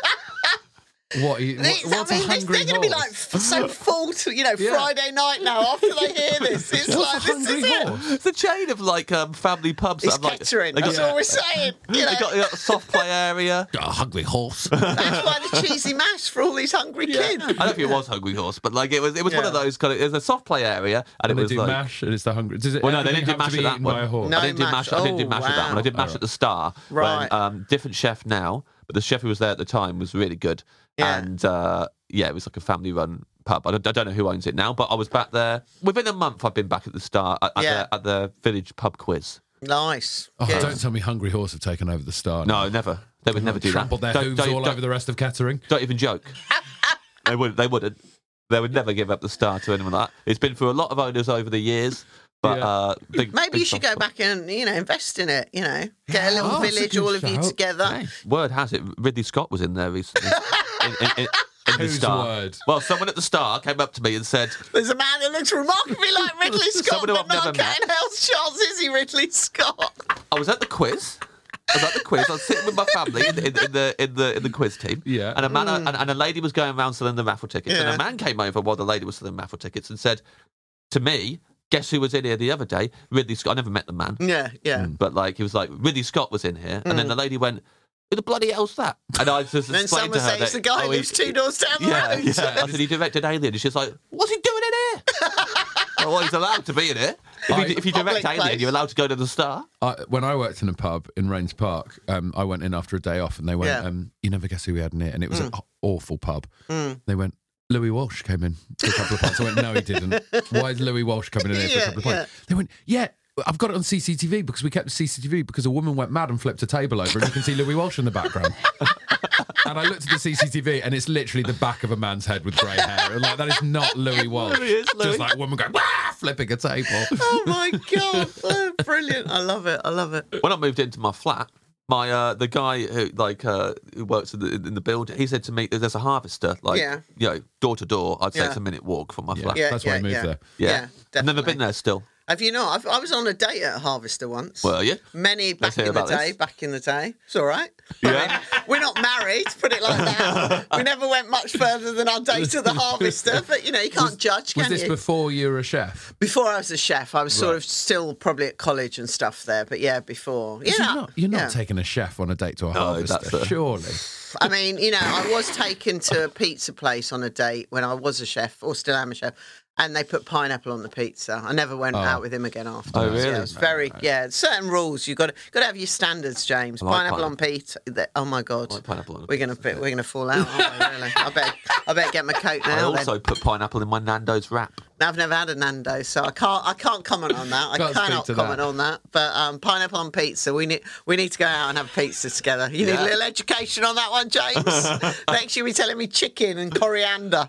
what? Are you, what
These-
what's
I mean,
a
they're,
hungry
going to be like
horse?
f- so full to you know
Yeah.
Friday night now after they hear this. It's like
What's a
this is
hungry
it.
horse?
it's a chain of like um, family pubs. that
It's
have, like,
catering.
They got,
That's all we're saying. You know,
they got, they got a soft play area.
A hungry horse.
that's why the cheesy mash for all these hungry kids.
I don't think it was Hungry Horse, but like it was, it was one of
Yeah.
those kind of. It was a soft play area, and
And
it
they
was
do
like.
mash, and it's the hungry. Does it?
Well, no, they
everything
didn't do
have
mash
to
at
be
that
eaten
one.
by a horse?
No
I didn't do
mash.
mash. I didn't do
Oh,
mash at that one. I
wow.
did mash at the Star. when,
Right.
um, different chef now, but the chef who was there at the time was really good.
Yeah.
And uh, yeah, it was like a family-run pub. I don't, I don't know who owns it now, but I was back there within a month. I've been back at the start at, at
Yeah.
the, at the village pub quiz.
Nice.
Oh,
Good.
don't tell me Hungry Horse have taken over the star. now.
No, never. They would never do that.
Trampled their
Don't-
hooves
don't-
all
don't-
over the rest of Kettering.
Don't even joke. they wouldn't. They wouldn't. They would never give up the star to anyone like that. It's been through a lot of owners over the years, but
Yeah.
uh, big,
Maybe
big
you should
soft
go
spot.
back and you know invest in it. You know, get a little
Oh, that's a
village,
good
all of you
shout.
together.
Hey, word has it, Ridley Scott was in there recently. in, in, in, in the
Whose
star.
word?
Well, someone at the star came up to me and said,
There's a man who looks remarkably like Ridley Scott,
Someone who
but
I've never
not Cat
met.
Hell's Charles. Is he Ridley Scott?
I was at the quiz. I was at the quiz. I was sitting with my family in, in, in the in the in the quiz team.
Yeah.
And a man and, and a lady was going around selling the raffle tickets. And
Hmm. Yeah.
a man came over while the lady was selling raffle tickets and said to me, "Guess who was in here the other day? Ridley Scott. I never met the man,
Yeah, yeah.
Mm.
Mm.
but like he was like Ridley Scott was in here. And then the lady went, "Who the bloody hell's that?" And I just
Then
explained
someone
to her
says
that
the guy
oh,
who
he-
lives two doors down the
yeah,
road.
yeah. I said he directed Alien. And she's like, "What's he doing in here?" oh, well, he's allowed to be in here. If you, if you direct
Public
Alien,
place.
you're allowed to go to the star.
I, when I worked in a pub in Rains Park, um, I went in after a day off, and they went,
Yeah. Mm.
um, "You never guess who we had in here," and it was an aw- awful pub. They went, "Louis Walsh came in for a couple of pints." I went, "No, he didn't. Why is Louis Walsh coming in here for a
Yeah,
couple of pints?" They went, "Yeah." I've got it on CCTV because we kept CCTV because a woman went mad and flipped a table over, and you can see Louis Walsh in the background. and I looked at the CCTV, and it's literally the back of a man's head with grey hair. And like that is not Louis Walsh.
Louis is Louis.
Just like a woman going, "Wah!" flipping a table.
Oh my god, Oh, brilliant! I love it. I love it.
when I moved into my flat, my uh, the guy who like uh, who works in the, in the building, he said to me, "There's a harvester, like
Yeah.
you know, door to door. I'd say
Yeah.
it's a minute walk from my
Yeah.
flat.
Yeah,
That's why I
yeah,
moved
yeah.
there.
Yeah,
I've never been
definitely.
there. Still,
Have you not? I've, I was on a date at a Harvester once.
were you?
Many
Let's
back
hear
in the
about this.
day, back in the day. It's all right. Yeah. we're not married, put it like that. we never went much further than our date at the harvester, but you know, you can't judge,
Was
can
this
you?
before you were a chef?
before I was a chef, I was sort of still probably at college and stuff there, but yeah, before. Yeah.
You're not, you're not
yeah.
taking a chef on a date to a
that's
harvester,
a-
surely.
I mean, you know, I was taken to a pizza place on a date when I was a chef, or still am a chef, and they put pineapple on the pizza. I never went out with him again after.
Oh,
that. Yeah,
really?
it was very yeah. Certain rules you've got to, got to have your standards, James.
like
pineapple, on pizza. the- Oh my god,
like pineapple on a
we're gonna be- we're gonna fall out. Aren't we, really? I bet I better get my coat
I
now.
also
then.
put pineapple in my Nando's wrap.
Now, I've never had a Nando, so I can't I can't comment on that. I
Can't speak
cannot
to
comment
that.
on that. But um, pineapple on pizza. We need we need to go out and have pizza together. You need
Yeah.
a little education on that one, James. Next, you'll be telling me chicken and coriander.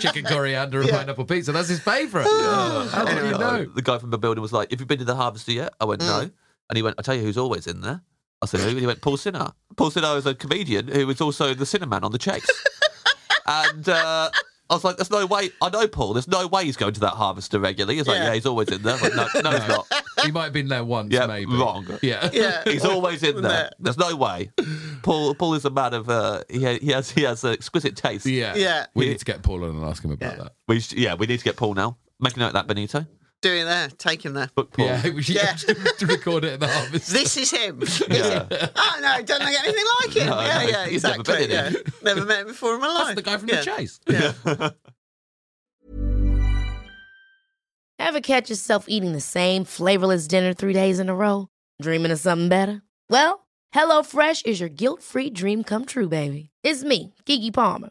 Chicken coriander and pineapple pizza, that's his favourite. How did you know? Mm.
The guy from the building was like, "Have you been to the harvester yet?" I went, "No," and he went, "I tell you who's always in there." I said, "Who?" And he went, "Paul Sinner." Paul Sinner is a comedian who was also the Cinnamon on the Chase. and uh, I was like, "There's no way." I know Paul. There's no way he's going to that harvester regularly. He's like,
Yeah.
"Yeah, he's always in there." I went, no, no, he's not.
He might have been there once,
Yeah,
maybe.
wrong.
Yeah.
Yeah.
He's always in there. There's no way. Paul Paul is a man of uh, he, ha- he has he has an exquisite taste.
Yeah.
Yeah.
We need to get Paul on and ask him about that.
we sh- yeah we need to get Paul now. Make a note of that Benito.
Do it there. Take him there.
Book Paul.
Yeah, we should
Yeah.
to record it at the harvest.
This is him. This is him. Oh no, don't look at anything like him.
No,
yeah,
no,
yeah,
he's never
exactly.
been in
yeah.
it.
never met him before in my life.
That's the guy from
Yeah.
the chase.
Ever catch yourself eating the same flavorless dinner three days in a row? Dreaming of something better? Well, HelloFresh is your guilt free dream come true, baby. It's me, Gigi Palmer.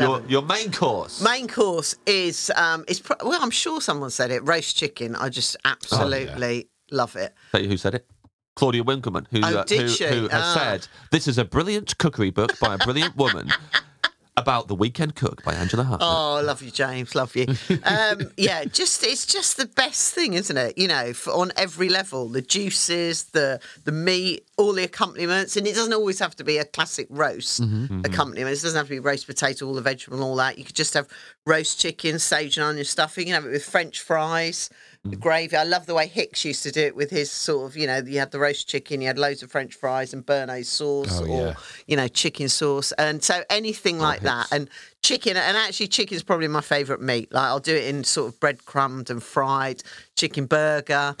Your, your main course.
Main course is um, is pro- well, I'm sure someone said it. Roast chicken. I just
Oh,
absolutely love it.
Tell you who said it. Claudia Winkleman, who,
Oh,
uh,
did
who,
she?
who has
Ah.
said, This is a brilliant cookery book by a brilliant woman about The Weekend Cook by Angela Hartnett.
Oh, love you, James. Love you. Um, yeah, just it's just the best thing, isn't it? You know, for, on every level, the juices, the the meat, all the accompaniments, and it doesn't always have to be a classic roast accompaniment. It doesn't have to be roast potato, all the vegetable, and all that. You could just have roast chicken, sage and onion stuffing. You can have it with French fries. The gravy. I love the way Hicks used to do it with his sort of, you know, you had the roast chicken, you had loads of French fries and Bernays sauce,
Oh,
or
yeah. Oh,
you know, chicken sauce. And so anything like that. And chicken, and actually, chicken's probably my favourite meat. Like, I'll do it in sort of breadcrumbed and fried, chicken burger,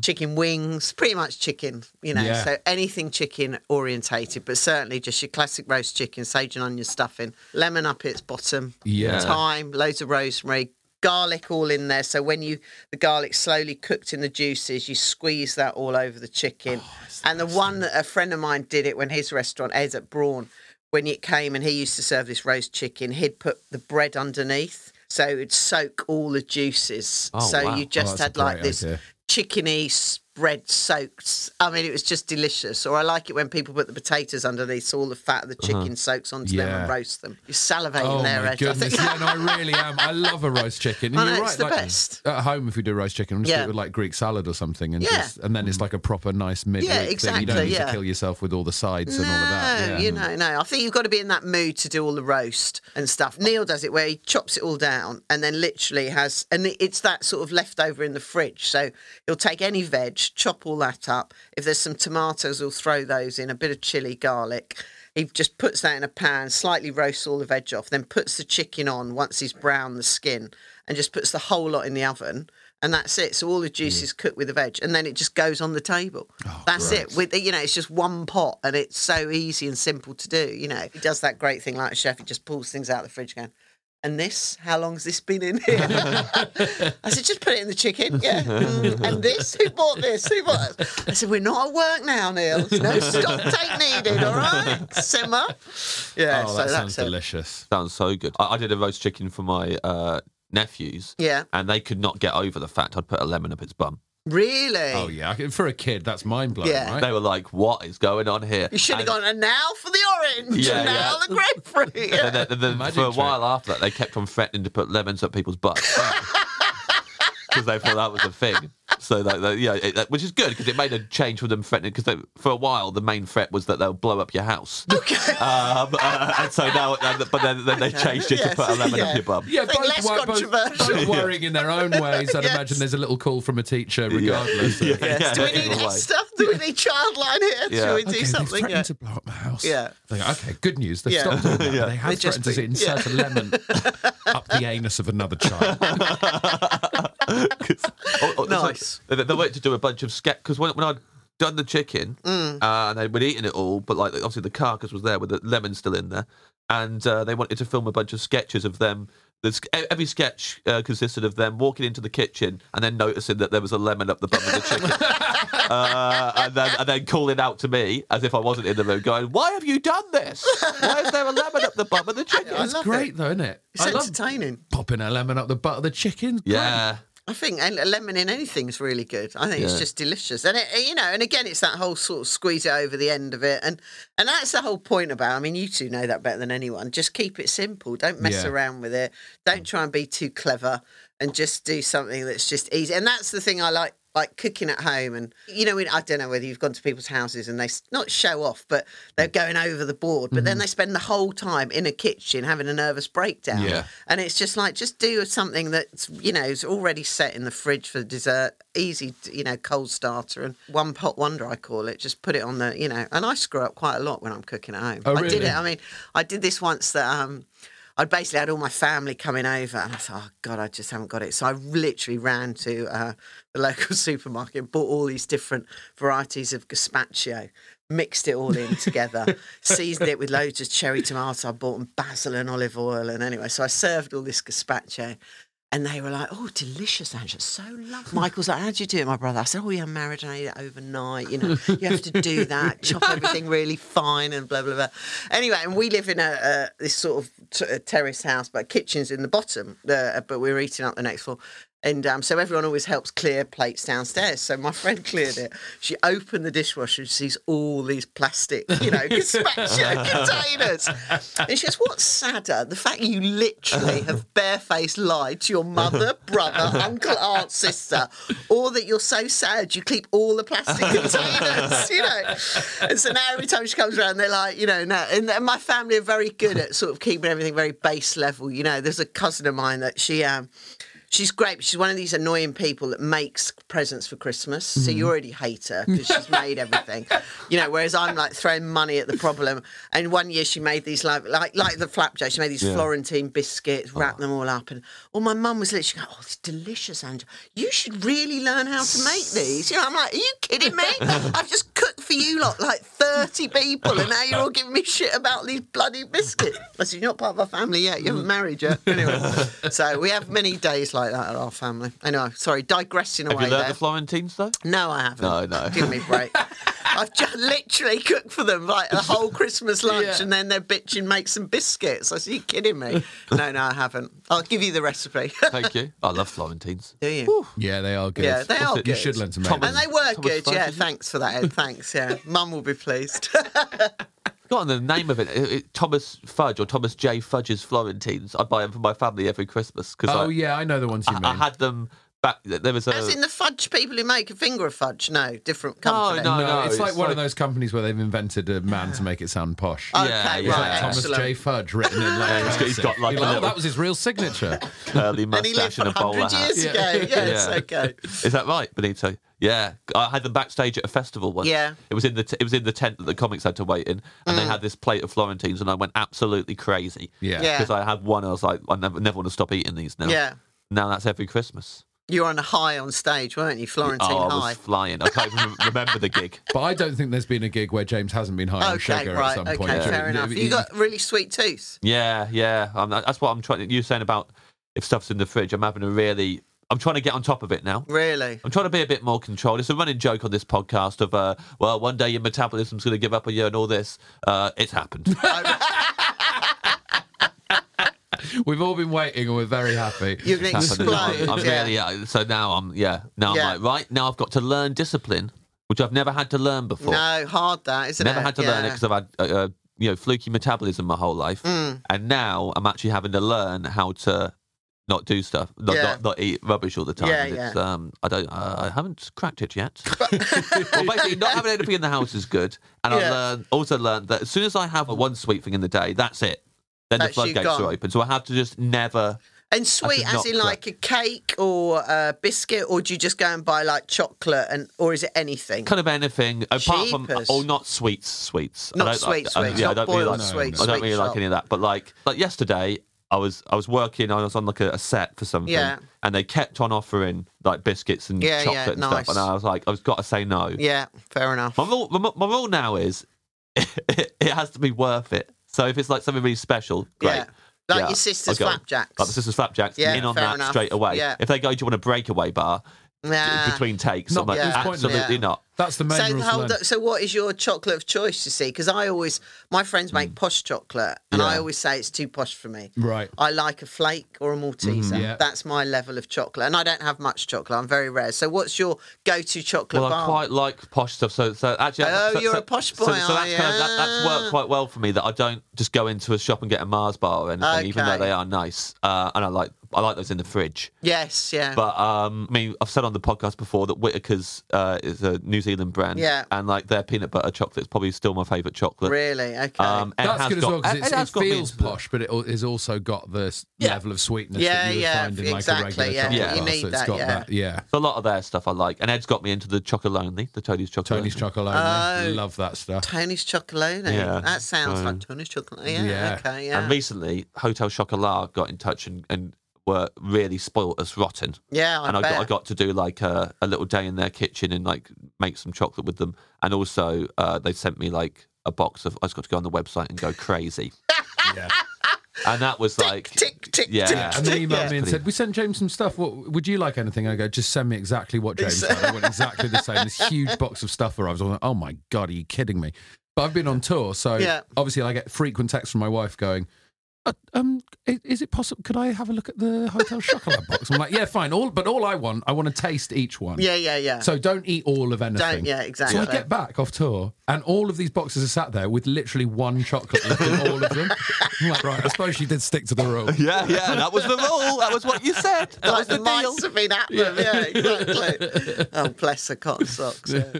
chicken wings, pretty much chicken, you know.
Mm-hmm. Yeah.
So anything chicken orientated, but certainly just your classic roast chicken, sage and onion stuffing, lemon up its bottom,
Yeah.
thyme, loads of rosemary. Garlic all in there, so when you the garlic slowly cooked in the juices, you squeeze that all over the chicken.
Oh,
and the one that a friend of mine did it when his restaurant Ed's at Brawn, when it came and he used to serve this roast chicken, he'd put the bread underneath, so it'd soak all the juices.
Oh,
so
wow.
you just
that's a
had like
great
this
idea.
chickeny spread soaked. I mean, it was just delicious. Or I like it when people put the potatoes underneath, so all the fat of the chicken soaks onto them and
Uh-huh. Yeah.
roast them. You're salivating
Oh
there,
my
Ed. I
goodness!
think-
yeah, no, I really am. I love a roast chicken. And
I know,
you're right,
it's the
like,
best.
At home, if we do roast chicken, I'm just do
Yeah.
it with like Greek salad or something, and
Yeah.
just, and then it's like a proper nice midweek thing. You
exactly,
don't need
yeah.
to kill yourself with all the sides and all of that.
No,
Yeah.
you know, no. I think you've got to be in that mood to do all the roast and stuff. Neil does it where he chops it all down and then literally has, and it- it's that sort of leftover in the fridge. So he'll take any veg, chop all that up. If there's some tomatoes, he'll throw those in, a bit of chili, garlic. He just puts that in a pan, slightly roasts all the veg off, then puts the chicken on once he's browned the skin and just puts the whole lot in the oven. And that's it. So all the
Mm.
juice is cooked with the veg, and then it just goes on the table.
Oh,
that's it. With you know, it's just one pot, and it's so easy and simple to do. You know, he does that great thing like a chef. He just pulls things out of the fridge, going, "And this? How long's this been in here?" I said, "Just put it in the chicken." Yeah. "Mm, and this? Who bought this? Who bought? This? I said, "We're not at work now, Neil. No stop take needed. All right, simmer." Yeah.
Oh,
so
that sounds
that's it.
delicious.
Sounds so good. I, I did a roast chicken for my uh, nephews.
Yeah.
And they could not get over the fact I'd put a lemon up its bum.
Really?
Oh yeah, I can- for a kid, that's mind blowing,
Yeah.
right?
They were like, what is going on here?
You should have gone,
And-
and now for the orange,
Yeah,
and now
yeah.
the grapefruit.
And then, and then
Magic
for a
trick.
while after that, they kept on threatening to put lemons up people's butts. Because they thought that was a thing. So, that, that- yeah, it, that- which is good because it made a change with them threatening. Because for a while, the main threat was that they'll blow up your house. Okay. Um, uh, and so now, and- but then, then they changed it
Yes.
to put a lemon
Yeah.
up your bum.
Yeah,
Think less
wor- both,
controversial.
both worrying in their own ways. I'd
Yes.
imagine there's a little call from a teacher, regardless.
Yeah.
Of,
Yes.
Yeah,
do we
either
need
way.
Esther? Do we need Childline here?
Yeah.
Should we do
Okay, They've
something?
threatened
Yeah.
to blow up my house.
Yeah.
They go, okay, good news. They've
Yeah.
stopped doing that. They have
They just
threatened to
been-
insert a lemon up the anus of another child.
Oh, oh, it's like-
Nice.
oh, they, they went to do a bunch of sketch because when, when I'd done the chicken, uh, and they would eaten it all, but like obviously the carcass was there with the lemon still in there, and uh, they wanted to film a bunch of sketches of them. The sk- e- Every sketch uh, consisted of them walking into the kitchen and then noticing that there was a lemon up the bum of the chicken, uh, and, then, and then calling out to me as if I wasn't in the room, going, "Why have you done this? Why is there a lemon up the bum of the chicken?"
That's
love
great,
it.
though, isn't it?
It's
I love
entertaining.
popping a lemon up the butt of the chicken.
Yeah,
I think a a lemon in anything's really good. I think it's just delicious, and it, you know, and again, it's that whole sort of squeeze it over the end of it, and and that's the whole point about. I mean, you two know that better than anyone. Just keep it simple. Don't mess
Yeah.
around with it. Don't try and be too clever, and just do something that's just easy. And that's the thing I like. Like cooking at home, and you know, I don't know whether you've gone to people's houses and they s- not show off, but they're going over the board. But
Mm-hmm.
then they spend the whole time in a kitchen having a nervous breakdown.
Yeah.
And it's just like, just do something that's, you know, is already set in the fridge for dessert, easy, you know, cold starter and one pot wonder, I call it. Just put it on the, you know, and I screw up quite a lot when I'm cooking at home.
Oh,
I did
really?
it. I mean, I did this once that, um, I basically had all my family coming over, and I thought, oh God, I just haven't got it. So I literally ran to uh, the local supermarket and bought all these different varieties of gazpacho, mixed it all in together, seasoned it with loads of cherry tomato. I bought and basil and olive oil, and anyway, so I served all this gazpacho. And they were like, "Oh, delicious, Angela, so lovely." Michael's like, "How do you do it, my brother?" I said, "Oh, yeah, marinate it overnight. You know, you have to do that, chop everything really fine, and blah blah blah." Anyway, and we live in a, uh this sort of t- a terrace house, but kitchen's in the bottom. Uh, but we were eating up the next floor, and um, so everyone always helps clear plates downstairs. So my friend cleared it. She opened the dishwasher and sees all these plastic, you know, gazpacho containers. And she goes, What's sadder? The fact you literally have barefaced lied to your mother, brother, uncle, aunt, sister, or that you're so sad you keep all the plastic containers, you know. And so now every time she comes around, they're like, you know, no. And, and my family are very good at sort of keeping everything very base level. You know, there's a cousin of mine that she, um, She's great. but She's one of these annoying people that makes presents for Christmas. So you already hate her because she's made everything. You know, whereas I'm like throwing money at the problem. And one year she made these like like like the flapjack. She made these Florentine biscuits, wrapped them all up, and well, my mum was literally going, "Oh, it's delicious, Angela. You should really learn how to make these." You know, I'm like, "Are you kidding me? I've just cooked for you lot like 30 people, and now you're all giving me shit about these bloody biscuits." I said, "You're not part of our family yet. You haven't married yet." Anyway, so we have many days like that at our family. Anyway, sorry, digressing
have
away
you learned
there.
the Florentines though?
No, I haven't.
No, no.
Give me a break. I've just literally cooked for them like a whole Christmas lunch,
Yeah.
and then they're bitching make some biscuits. I said, "You kidding me?" No, no, I haven't. I'll give you the recipe.
Thank you. I love Florentines.
Do you?
Yeah, they are good.
Yeah, they are
You
good.
should learn to make
Thomas-
And
them.
they were
Thomas
good.
Frank,
yeah,
isn't it?
thanks for that, Ed. Thanks. Yeah, Mum will be pleased.
Got the name of it. It- it- Thomas Fudge or Thomas J. Fudge's Florentines. I buy them for my family every Christmas because
Oh
I,
yeah, I know the ones you mean.
I, I had them back. There was a
As in the fudge people who make a finger of fudge. No, different company.
no,
Oh, No, no,
it's, like
it's
one of
like-
those companies where they've invented a man to make it sound posh.
Okay,
Yeah,
Oh, right.
yeah.
Like Thomas
excellent.
J. Fudge written in
he's
like.
got- he's got
cursive.
like
You're
a
"Oh,
little-
that was his real signature.
curly
and he lived
mustache
for
and a bowler
100
hat.
years ago. Yeah, it's okay.
Is that right, Benito? Yeah, I had them backstage at a festival once.
Yeah. Mm.
it was in the t- it was in the tent that the comics had to wait in, and they had this plate of Florentines, and I went absolutely crazy.
Yeah.
Yeah.
because I had one, I was like, I never, never want to stop eating these now.
Yeah.
now that's every Christmas.
You were on a high on stage, weren't you? Florentine
oh, I
High.
was flying. I can't even remember the gig.
But I don't think there's been a gig where James hasn't been high on
Okay,
sugar at
right.
some
Okay,
point.
fair enough. You got really sweet tooth.
Yeah, yeah. I'm, that's what I'm trying. You're saying about if stuff's in the fridge. I'm having a really. I'm trying to get on top of it now.
Really?
I'm trying to be a bit more controlled. It's a running joke on this podcast of, uh, well, one day your metabolism's going to give up on you and all this. Uh, it's happened.
We've all been waiting, and we're very happy.
You're going to
It's happened.
explode.
I'm, I'm
yeah.
really, uh, so now I'm, yeah, now
Yeah.
I'm like, right, now I've got to learn discipline, which I've never had to learn before.
no, hard that, isn't
never
it?
had to learn it
Yeah. Mm.
because I've had, uh, uh, you know, fluky metabolism my whole life. And now I'm actually having to learn how to not do stuff, not,
Yeah.
not, not eat rubbish all the time.
Yeah,
And it's,
yeah.
um, I don't, uh, I haven't cracked it yet. well, basically, not having anything in the house is good. And I
Yeah.
learned, also learned that as soon as I have one sweet thing in the day, that's it. Then
That's
the
you
floodgates
gone.
are open. So I have to just never.
And sweet, as
not
in like a cake or a biscuit, or do you just go and buy like chocolate and, or is it anything?
Kind of anything apart from
Jeepers.
oh, not sweets, sweets. I
Not
don't-
sweet
I- I-
sweets,
yeah, I
not
don't really
boiled
like.
sweets,
I don't
sweet
really like
shop.
any of that. But like, like yesterday, I was I was working. I was on like a, a set for something,
Yeah.
and they kept on offering like biscuits and
Yeah, yeah,
chocolate and
nice.
stuff. And I was like, I've got to say no.
Yeah, fair enough.
My rule, my, my rule now is it, has to be worth it. So if it's like something really special, great.
Yeah. Like your sister's
I'll go.
flapjacks.
Like the sister's flapjacks,
Yeah,
in on
fair
that
enough.
straight away.
Yeah. Ah.
If they go, do you want a breakaway bar
Nah.
between takes?
Not
I'm like,
at this point,
absolutely
yeah.
not.
That's the main
So
rule. for
hold
learning.
up. So what is your chocolate of choice? You see, because I always my friends
Hmm.
make posh chocolate, and I always say it's too posh for me.
Right.
I like a flake or a
Mm-hmm.
Malteser.
yeah.
That's my level of chocolate, and I don't have much chocolate. I'm very rare. So what's your go-to chocolate
Well, I
bar?
quite like posh stuff. So, so actually,
Oh,
so,
you're
so-
a posh
So,
boy,
so that's kind of that, that's
yeah.
worked quite well for me that I don't just go into a shop and get a Mars bar or anything, even though
Okay.
they are nice. Uh, and I like I like those in the fridge.
Yes. Yeah.
But um, I mean, I've said on the podcast before that Whitaker's uh, is a New Zealand brand,
Yeah.
and like their peanut butter chocolate is probably still my favourite chocolate.
really. Okay.
Um, and
That's
has
good as
got-
well
and-
because
and has
it
got me
feels
into the-
posh, but it al- has also got the s-
Yeah.
level of sweetness
Yeah,
that you would
yeah,
find in like
exactly,
a regular
yeah.
chocolate
Yeah.
bar.
You need
so it's
that,
got
yeah.
that, yeah.
A lot of their stuff I like, and Ed's got me into the Chocolonely, the Tony's Chocolonely.
Tony's chocolate,
Oh.
love that stuff.
Tony's chocolate.
Yeah.
That sounds
Um,
like Tony's chocolate. Yeah.
yeah.
Okay. Yeah.
And recently, Hotel Chocolat got in touch and, and were really spoilt us rotten.
yeah. I
and I
bet.
got, I got to do like a, a little day in their kitchen and like make some chocolate with them. And also, uh, they sent me like a box of. I just got to go on the website and go crazy. And that was like
tick, tick,
yeah.
tick,
And they emailed
Yeah.
me and said, "We sent James some stuff. What would you like? Anything?" And I go, "Just send me exactly what James had. I want exactly the same. This huge box of stuff arrives. I'm like, oh my god, are you kidding me? But I've been on tour, so
Yeah.
obviously I get frequent texts from my wife going, uh, um, i- is it possible? Could I have a look at the hotel chocolate box? I'm like, yeah, fine. All, but all I want, I want to taste each one.
Yeah. Yeah. Yeah.
So don't eat all of anything.
Don't. Yeah. Exactly.
So I get back off tour, and all of these boxes are sat there with literally one chocolate left in all of them. I'm like, right, I suppose she did stick to the rule.
Yeah, yeah, that was the rule. That was what you said. That was
like
the
the
deal.
mice have been at them. Yeah, exactly. oh, bless the cotton socks. yeah.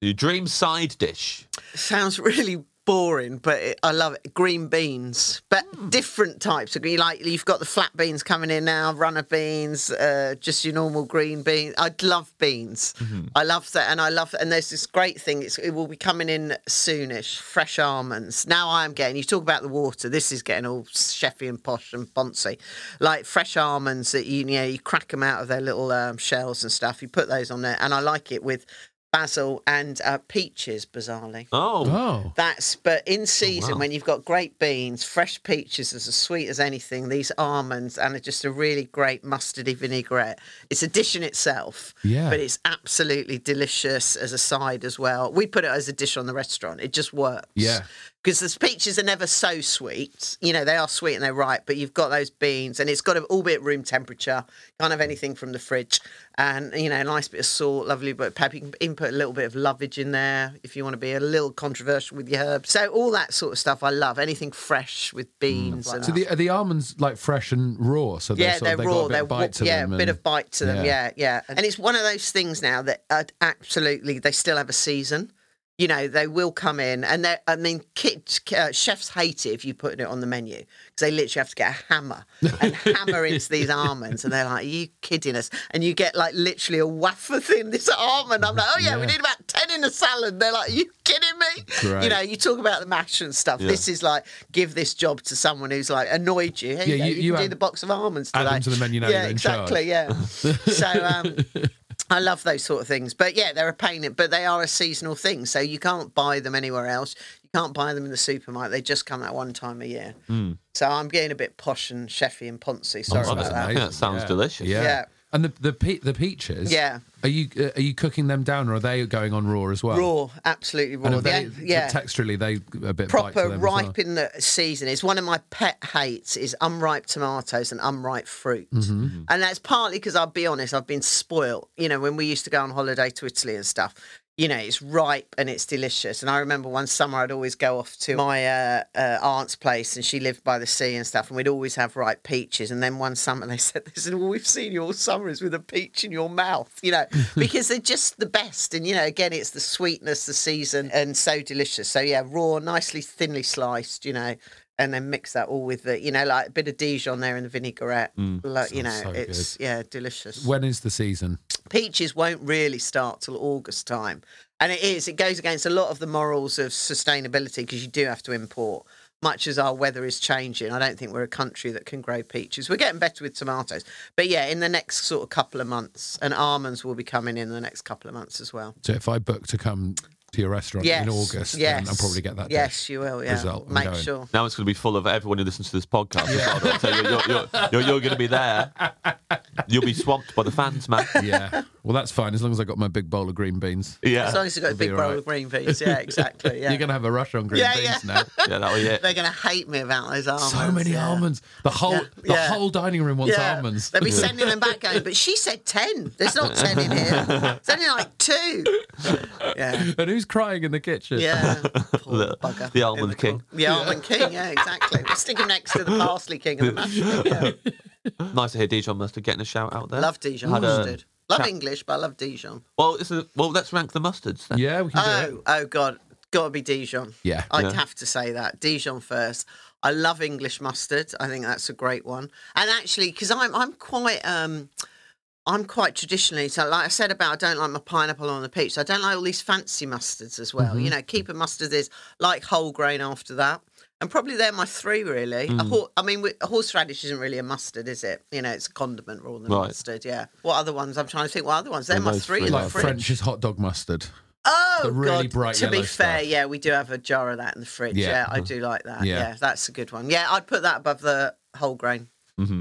Your dream side dish.
Sounds really boring, but it, I love it. Green beans, but different types of green. Like you've got the flat beans coming in now, runner beans, uh, just your normal green beans. I love beans. I love that, and I love. And there's this great thing. It's, it will be coming in soonish. Fresh almonds. Now I'm getting. You talk about the water. This is getting all chefy and posh and poncy. Like fresh almonds that you, you know you crack them out of their little um, shells and stuff. You put those on there, and I like it with. Basil and uh, peaches, bizarrely.
Oh,
Oh.
That's but in season
wow.
when you've got great beans, fresh peaches as sweet as anything, these almonds, and are just a really great mustardy vinaigrette. It's a dish in itself,
Yeah.
but it's absolutely delicious as a side as well. We put it as a dish on the restaurant. It just works.
Yeah.
Because the peaches are never so sweet. You know, they are sweet and they're right, but you've got those beans and it's got to all be at room temperature. Can't have anything from the fridge. And, you know, a nice bit of salt, lovely bit of pepper. You can even put a little bit of lovage in there if you want to be a little controversial with your herbs. So, all that sort of stuff I love. Anything fresh with beans. and
Mm. So the are the almonds like fresh and raw? So they're
yeah,
sort
they're
of, they've
raw.
Got a bit
they're
of bite
wa-
to
yeah,
them
a bit
and-
of bite to them.
yeah.
Yeah. yeah, And it's one of those things now that are absolutely they still have a season. You know, they will come in, and they I mean, kids, uh, chefs hate it if you put it on the menu because they literally have to get a hammer and hammer into these almonds, and they're like, "Are you kidding us?" And you get like literally a wafer thin this almond. I'm like, "Oh yeah, we
Yeah.
need about ten in a salad." They're like, "Are you kidding me?"
Right.
You know, you talk about the mash and stuff.
Yeah.
This is like give this job to someone who's like annoyed you. Here you, go.
Yeah, you-
you,
you
can do
add-
the box of almonds
add them
today.
to the menu now
Yeah,
you're in
exactly. Yeah. so um, I love those sort of things. But yeah, they're a pain, in- but they are a seasonal thing. So you can't buy them anywhere else. You can't buy them in the supermarket. They just come out one time a year.
Hmm.
So I'm getting a bit posh and chefy and poncy. Sorry
Oh,
Well,
about
that's
that.
amazing. that sounds
Yeah.
delicious.
Yeah.
Yeah.
And the the pe- the peaches.
Yeah.
Are you uh, are you cooking them down or are they going on raw as well?
Raw, absolutely raw.
And
The
are they,
en- yeah.
Texturally, they a bit bite to
proper
them
ripe
As
in the season is one of my pet hates is unripe tomatoes and unripe fruit
Mm-hmm.
and that's partly because i'll be honest i've been spoilt you know when we used to go on holiday to italy and stuff you know it's ripe and it's delicious and i remember one summer i'd always go off to my uh, uh, aunt's place and she lived by the sea and stuff and we'd always have ripe peaches and then one summer they said they said well we've seen you all summer is with a peach in your mouth you know because they're just the best and you know again it's the sweetness the season and so delicious so yeah raw nicely thinly sliced you know and then mix that all with the, you know, like a bit of Dijon there in the vinaigrette. like, you know,
Mm, Sounds so
it's yeah, delicious.
When is the season?
Peaches won't really start till August time, and it is. It goes against a lot of the morals of sustainability because you do have to import. Much as our weather is changing, I don't think we're a country that can grow peaches. We're getting better with tomatoes, but yeah, in the next sort of couple of months, and almonds will be coming in the next couple of months as well.
So if I book to come to your restaurant
Yes,
in August,
yes,
then I'll probably get that.
Yes,
dish.
you will. Yeah,
result. I'm
make
going.
sure.
Now it's going to be full of everyone who listens to this podcast. as well, so you're, you're, you're, you're, you're going to be there. You'll be swamped by the fans, man.
yeah. Well, that's fine as long as I got my big bowl of green beans.
Yeah.
As long as you've got a
be
big
all
bowl
right.
of green peas. Yeah, exactly. Yeah.
You're going to have a rush on green
Yeah,
beans
yeah.
now.
yeah, that'll be it.
They're going to hate me about those almonds.
So many
yeah.
almonds. The whole
Yeah.
the
Yeah.
whole dining room wants
Yeah.
almonds.
They'll be sending them back going, but she said 10. There's not 10 in here. There's only like two. Yeah.
and who's crying in the kitchen?
Yeah. Poor
The-
bugger.
the
In
almond king.
The almond king, yeah, exactly. We'll stick him next to the parsley king and the mushroom. Yeah.
Nice to hear Dijon mustard getting a shout out there.
Love Dijon
Had a-
mustard. Love English, but I love Dijon.
Well, this is, well, let's rank the mustards. Then.
Yeah, we can do it.
Oh, oh God, gotta be Dijon.
Yeah.
I'd
Yeah.
have to say that Dijon first. I love English mustard. I think that's a great one. And actually, because I'm I'm quite um. I'm quite traditionally, so like I said about, I don't like my pineapple on the peach. So I don't like all these fancy mustards as
Mm-hmm.
well. You know, keeper mustard is like whole grain after that. And probably they're my three, really.
Mm.
A hor- I mean, a horseradish isn't really a mustard, is it? You know, it's a condiment rather than a
Right.
mustard, yeah. What other ones? I'm trying to think what other ones. They're
Well,
my
those
three
three.
in the
Like
fridge.
French's hot dog mustard.
Oh,
The really
God.
bright
To be
yellow
fair,
stuff.
yeah, we do have a jar of that in the fridge.
Yeah.
Yeah, I do like that.
Yeah.
Yeah. that's a good one. Yeah, I'd put that above the whole grain.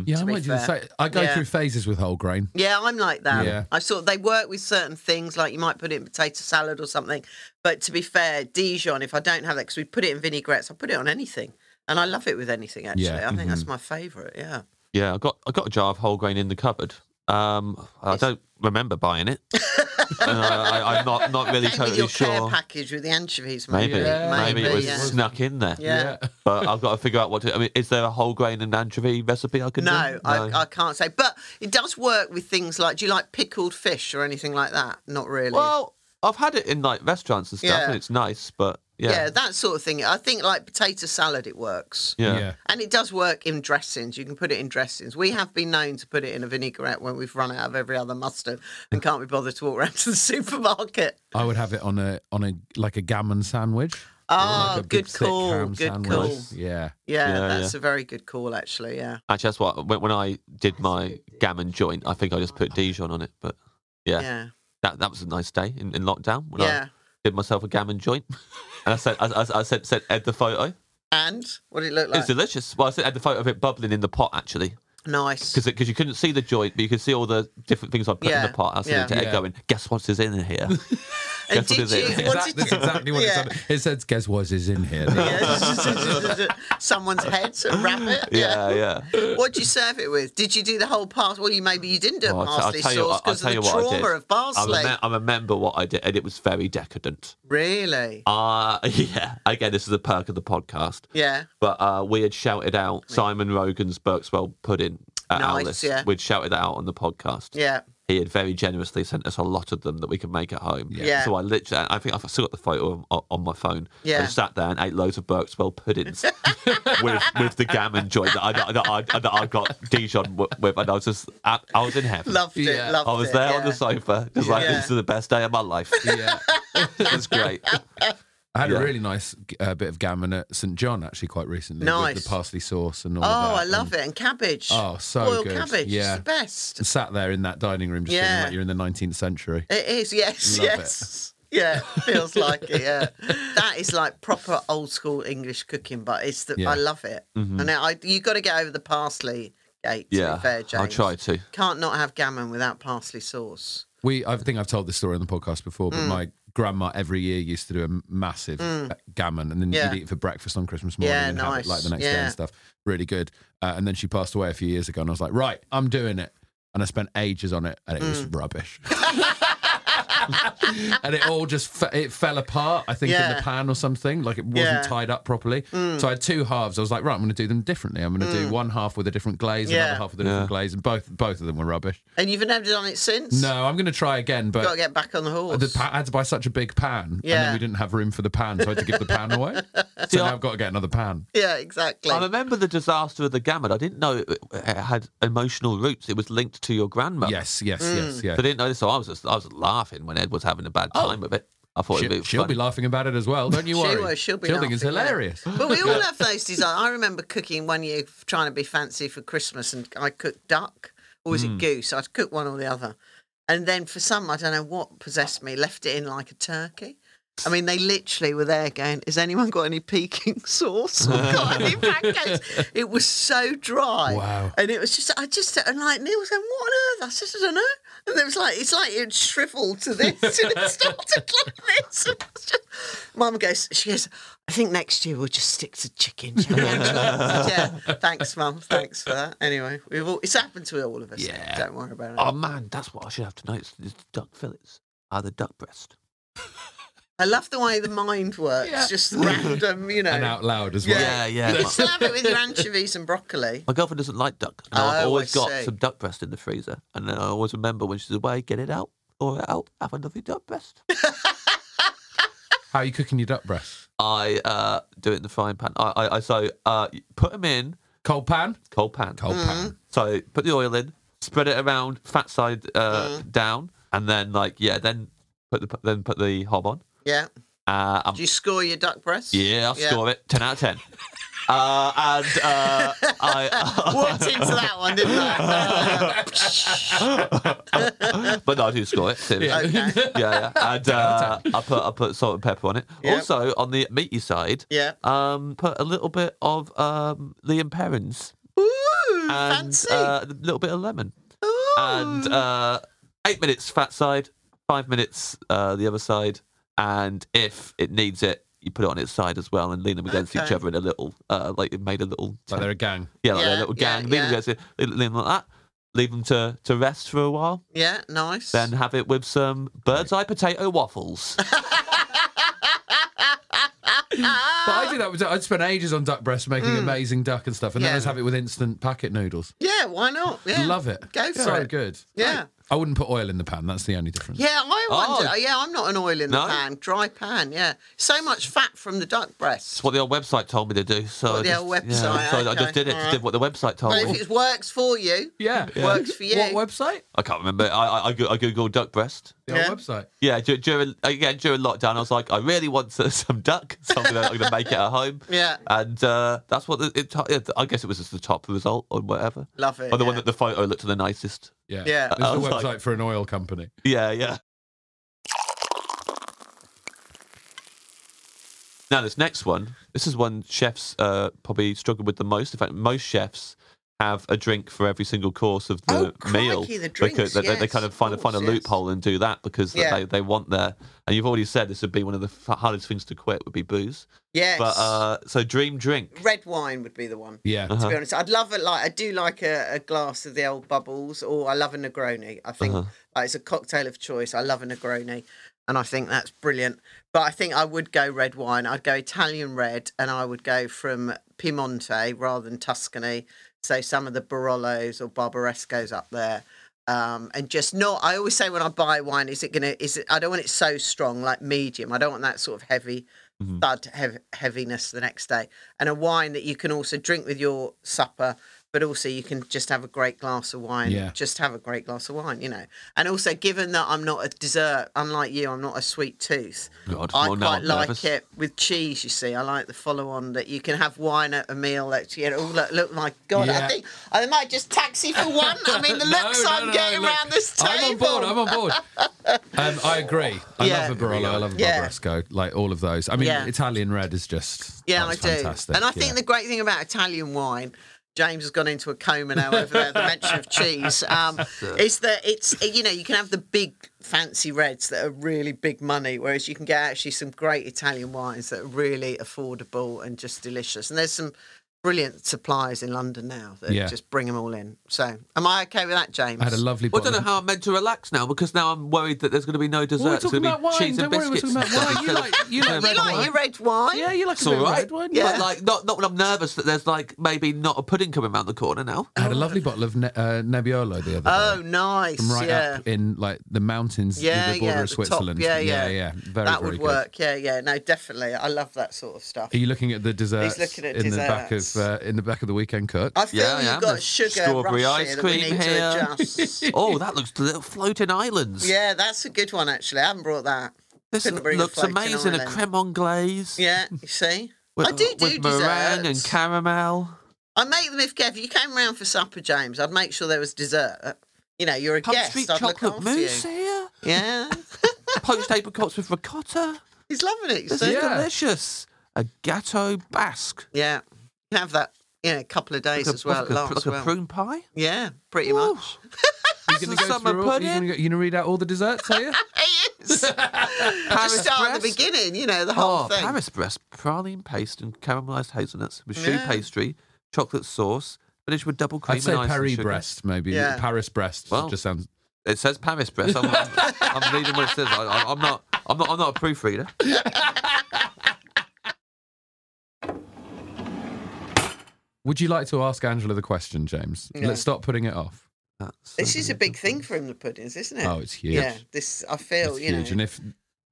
Yeah, I
be
might do the
fair.
same. I go
Yeah.
through phases with whole grain.
Yeah, I'm like that.
Yeah.
I sort of they work with certain things, like you might put it in potato salad or something. But to be fair, Dijon, if I don't have that, because we put it in vinaigrettes, I put it on anything, and I love it with anything. Actually, I think
mm-hmm.
that's my favourite. Yeah,
Yeah, I got I got a jar of whole grain in the cupboard. Um, I don't remember buying it. And I, I, I'm not not really
Came with
totally
your
sure.
care package with the anchovies, maybe,
Maybe,
Yeah,
maybe it was
yeah.
snuck in there.
yeah.
But I've got to figure out what to. I mean, is there a whole grain and anchovy recipe I can
No,
do?
I, I can't say. But it does work with things like, do you like pickled fish or anything like that? Not really.
well, I've had it in like restaurants and stuff,
Yeah.
and it's nice. But yeah,
yeah. that sort of thing. I think like potato salad, it works.
yeah.
And it does work in dressings. You can put it in dressings. We have been known to put it in a vinaigrette when we've run out of every other mustard and can't be bothered to walk around to the supermarket.
I would have it on a on a like a gammon sandwich. or
Oh,
like a big
good
thick
call,
ham
good
sandwich.
call.
Yeah.
Yeah,
Yeah,
that's a very good call, actually. Yeah.
Actually, that's what when, when I did my gammon joint, I think I just put Dijon on it. But yeah,
Yeah.
that that was a nice day in, in lockdown when
Yeah.
I did myself a gammon joint, and I said I, I, I said sent Ed the photo.
And what did it look
It's
like?
delicious. Well, I sent Ed the photo of it bubbling in the pot actually,
nice.
because because you couldn't see the joint, but you could see all the different things I put in
Yeah,
the pot. I sent it
yeah.
to Ed
Yeah.
going, guess what is in here?
And
guess what
did
is it?
you? What
Exactly,
did
that's
you-
exactly what
Yeah.
it said. It says, "Guess what is in here?"
Yeah. Someone's head, a rabbit.
yeah, yeah.
What did you serve it with? Did you do the whole parsley? Well, you maybe you didn't do a
Oh, I'll t- I'll
parsley
tell you
sauce
what- I'll
because
tell
of
you
the
what I
trauma
did.
of parsley.
I, remem- I remember what I did, and it was very decadent.
Really?
Uh, yeah. Again, this is a perk of the podcast.
Yeah.
But uh, we had shouted out Simon Rogan's Birkswell pudding at
Nice,
Alice.
yeah.
We'd shouted that out on the podcast.
Yeah.
He had very generously sent us a lot of them that we could make at home.
Yeah.
So I literally, I think I've still got the photo on, on my phone. I
Yeah.
just sat there and ate loads of Birkswell puddings with with the gammon joint that I that I, that I got Dijon wi- with, and I was just I, I was in heaven.
Loved it.
Yeah.
Loved
I was
it,
there on
yeah.
the sofa, just like
Yeah.
this is the best day of my life.
yeah.
It was great.
I had
Yeah.
a really nice uh, bit of gammon at St John actually quite recently with
Nice.
the parsley sauce and all
Oh,
that.
I love it. And cabbage.
Oh, so
Boiled
good.
cabbage. It's
Yeah.
the best.
Sat there in that dining room, just feeling
Yeah.
like you're in the 19th century.
It is. Yes.
Love it.
yes. Yeah. Feels like it. Yeah. That is like proper old school English cooking, but it's the
Yeah.
I love it. And I, you got to get over the parsley gate. To
Mm-hmm. Yeah,
be fair, James.
I tried to.
Can't not have gammon without parsley sauce.
We, I think I've told this story on the podcast before,
Mm.
but my grandma every year used to do a massive uh, gammon, and then
Yeah,
you'd eat it for breakfast on Christmas morning
Yeah,
and have it
nice.
like the next day
Yeah.
and stuff. Really good. Uh, and then she passed away a few
Mm.
years ago, and I was like, right, I'm doing it. And I spent ages on it, and it was rubbish. and it all just fe- it fell apart. I think in
Yeah.
the pan or something, like it wasn't
Yeah. Mm.
tied up properly. So I had two halves. I was like, right, I'm going to do them differently. I'm going to do one half with a different glaze,
Yeah.
another half with a different glaze, and both both of them were rubbish.
And you've never done it since?
No, I'm going to try again,
You've got to
but.
get back on the horse.
The pa- I had to buy such a big pan, and then
Yeah.
we didn't have room for the pan, so I had to give the pan away. so
See, I-
now I've got to get another pan.
yeah, exactly.
I remember the disaster of the gamut. I didn't know it, it had emotional roots. It was linked to your grandmother.
Yes, yes,
mm.
yes, yes.
So I didn't know this. So I was just, I was laughing when Ed was having a bad time with it. I thought it'd
Oh, She,
be
she'll
funny.
be laughing about it as well. Don't you
She
worry.
will, she'll be
She'll think it's
laughing, yeah.
hilarious.
But we all have those desires. I remember cooking one year, f- trying to be fancy for Christmas, and I cooked duck or was
Hmm.
it goose? I'd cook one or the other. And then for some, I don't know what possessed me, left it in like a turkey. I mean, they literally were there going, Has anyone got any Peking sauce or got any pancakes? It was so dry.
Wow.
And it was just, I just, and like Neil was going, What on earth? I said, I don't know. And it was like, it's like it shriveled to this and it started like this. And it was just- Mum goes, She goes, I think next year we'll just stick to chicken. shall we, Angela?" I said, yeah. Thanks, Mum. Thanks for that. Anyway, we've all, it's happened to all of us.
Yeah.
Don't worry about it.
Oh man, that's what I should have to know. It's, it's duck fillets. Are the duck breast?
I love the way the mind works, just random, you know.
And out loud as well.
Yeah, yeah.
You can
my,
still have it with your anchovies and broccoli.
my girlfriend doesn't like duck. And I've
Oh,
always
I
got
see.
some duck breast in the freezer, and then I always remember when she's away, get it out, or out, have another duck breast.
How are you cooking your duck breast?
I uh, do it in the frying pan. I, I, I so uh, put them in
Cold pan?
cold pan.
Cold
Mm.
pan.
So put the oil in, spread it around, fat side uh,
Mm.
down, and then like yeah, then put the then put the hob on.
Yeah.
Uh, I'm-
Do you score your duck breast?
yeah, I'll score it ten out of ten. uh, and uh, I.
Walked into that one, didn't I?
but no, I do score it. seriously.
Uh, okay.
yeah, yeah. And uh, I put I put salt and pepper on it.
Yeah.
Also on the meaty side,
Yeah.
um, put a little bit of um Liam Perrins
Ooh,
and
Hmm, fancy. Oh.
uh, a little bit of lemon.
Ooh.
And uh, eight minutes fat side, five minutes uh, the other side, and if it needs it, you put it on its side as well and lean them against each
Okay.
other in a little uh, like it made a little
Like they're a gang.
yeah like a
Yeah,
little
yeah,
gang. lean
yeah.
them against it, lean them like that. Leave them to, to rest for a while.
yeah, nice.
Then have it with some bird's eye potato waffles.
Ah.
But I do that. With, I'd spend ages on duck breast making amazing duck and stuff, and then
Mm. Yeah.
I'd have it with instant packet noodles.
yeah, why not? Yeah.
Love it.
Go for
so
it.
good.
Yeah.
I wouldn't put oil in the pan. That's the only difference.
Yeah, I
Oh.
wonder. Yeah, I'm not an oil in
No?
the pan, dry pan. Yeah, so much fat from the duck breast.
It's what the old website told me to do. So
What the
I just,
old
Yeah,
website,
so I
okay,
just did it. Just
alright.
did what the website told
Well, if
me.
it works for you,
Yeah.
Works for you.
What website?
I can't remember. I I, I go- I googled duck breast.
The old
Yeah.
website.
Yeah, dur- during again during lockdown, I was like, I really want s- some duck, so I'm gonna, I'm gonna make it at home.
Yeah.
and uh, that's what the, it. to- yeah, I guess it was just the top result or whatever.
love it.
Or the one
yeah.
that the photo looked the nicest.
Yeah.
Yeah.
This is
I
the
was
website
like-
for an oil company.
Yeah, yeah. Now this next one, this is one chefs uh, probably struggle with the most. In fact, most chefs have a drink for every single course of the
Oh, crikey,
meal.
the drinks,
because they, they- they
yes,
kind of
of
find a find a
course, yes.
loophole and do that because
Yeah.
they, they want their. And you've already said this would be one of the f- hardest things to quit would be booze.
yes.
But uh, so dream drink.
red wine would be the one.
Yeah.
To be honest, I'd love it. Like I do like a, a glass of the old bubbles, or I love a Negroni. I think like, it's a cocktail of choice. I love a Negroni, and I think that's brilliant. But I think I would go red wine. I'd go Italian red, and I would go from Piemonte rather than Tuscany. So some of the Barolos or Barberescos up there. Um, and just not. I always say when I buy wine, is it gonna? Is it? I don't want it so strong, like medium. I don't want that sort of heavy
Mm-hmm.
thud heav heaviness the next day, and a wine that you can also drink with your supper, but also you can just have a great glass of wine.
Yeah.
Just have a great glass of wine, you know. And also, given that I'm not a dessert, unlike you, I'm not a sweet tooth.
God,
I
well, now
quite
I'm
like
nervous.
it with cheese. You see, I like the follow-on that you can have wine at a meal. That you know, oh look, look my God,
Yeah.
I think I might just taxi for one. I mean, the
No,
looks
no,
I'm
no,
getting
look,
around this table.
I'm on board. I'm on board. Um, I agree. I
Yeah.
love a Barolo. I love a
Yeah.
Barberesco. Like all of those. I mean,
Yeah.
Italian red is just.
Yeah, I
that's
do.
Fantastic.
And I think
yeah.
the great thing about Italian wine, James has gone into a coma now over the mention of cheese, um, is that it's, you know, you can have the big fancy reds that are really big money, whereas you can get actually some great Italian wines that are really affordable and just delicious. And there's some brilliant suppliers in London now that
Yeah.
just bring them all in. So, am I okay with that, James?
I had a lovely.
Well, I don't know
bottle-
how I'm meant to relax now because now I'm worried that there's going to be no dessert.
Well, we're
There's going to
talking
be
about wine.
cheese
Don't
and
worry, we're
biscuits.
talking about wine. You like you like
you like
red wine.
your red wine?
Yeah, you like
It's
a bit
all
of
right.
red wine.
Yeah.
But like, not not when I'm nervous that there's like maybe not a pudding coming round the corner now.
I had a lovely bottle of ne- uh, Nebbiolo the other
Oh,
day.
nice.
From right
yeah.
up in like the mountains near
yeah,
the
yeah,
border
the
of
top,
Switzerland.
Yeah,
yeah,
yeah,
Very,
that
very
would
good.
work. Yeah, yeah. No, definitely. I love that sort of stuff.
Are you looking at the desserts
looking at
in the back of
desserts.
uh, in the back of the weekend cook?
I feel
Yeah, I
you've
am.
got
There's
sugar
strawberry
rush
ice
here
cream
that we need
here.
to adjust.
oh, that looks little floating islands.
yeah, that's a good one actually. I haven't brought that.
this
couldn't bring a
looks
floating
amazing. A
island.
creme anglaise.
Yeah, you see,
With,
I do do
with meringue and
desserts.
caramel.
I make them if Kev, you came round for supper, James. I'd make sure there was dessert. You know, you're a
Pump
guest.
Street
I'd look
chocolate
after
mousse
you.
here.
Yeah,
Poached apricots with ricotta.
he's loving it. You
This
see?
is
Yeah.
delicious. A gâteau basque.
Yeah, you can have that. You know, a couple of days
Like a-
as well.
Like a,
last
like a
well.
prune pie.
Yeah, pretty
Ooh.
much.
You're gonna
This is
go
summer
through all- You're
pudding.
gonna, go- you gonna read out all the desserts, are you?
He is.
Paris
Just start at the
dress.
beginning. You know, the whole
Oh,
thing.
Paris breast, praline paste, and caramelized hazelnuts with choux
Yeah.
pastry, chocolate sauce, finished with double cream
I'd say
and ice and
Paris
sugar.
breast, maybe
Yeah.
Paris breast.
Well.
just sounds.
It says Paris breast. I'm, I'm, I'm reading what it says. I, I- I'm not. I'm not. I'm not a proofreader.
Would you like to ask Angela the question, James?
Yeah.
Let's stop putting it off.
That's,
This
uh,
is a big thing for him, the puddings, isn't it?
Oh, it's huge.
Yeah, this I feel.
It's
you know,
huge. And if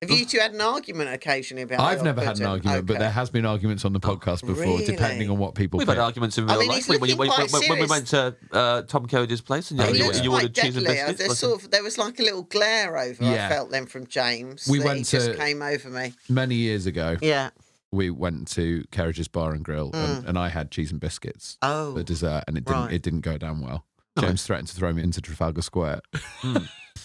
have you two had an argument occasionally about?
I've
your
never had an
pudding?
argument, but
Okay. Oh,
there has been arguments on the podcast before, depending
Really?
on what people.
We've
pick.
had arguments in
I
real
mean,
life
he's
when, when, you-
looking
when-
quite
when we went to uh, Tom Cody's place and you,
Oh,
It
you,
looks
you
quite
ordered cheese and
deadly.
biscuits.
There's
like a-
sort of, there was like a little glare over.
Yeah.
I felt then from James.
We
that
went
he just
to-
came over me.
Many years ago,
Yeah.
we went to Carriage's Bar and Grill, and, and I had cheese and biscuits
Mm. Oh.
for dessert, and it didn't.
right.
It didn't go down well. James threatened to throw me into Trafalgar Square.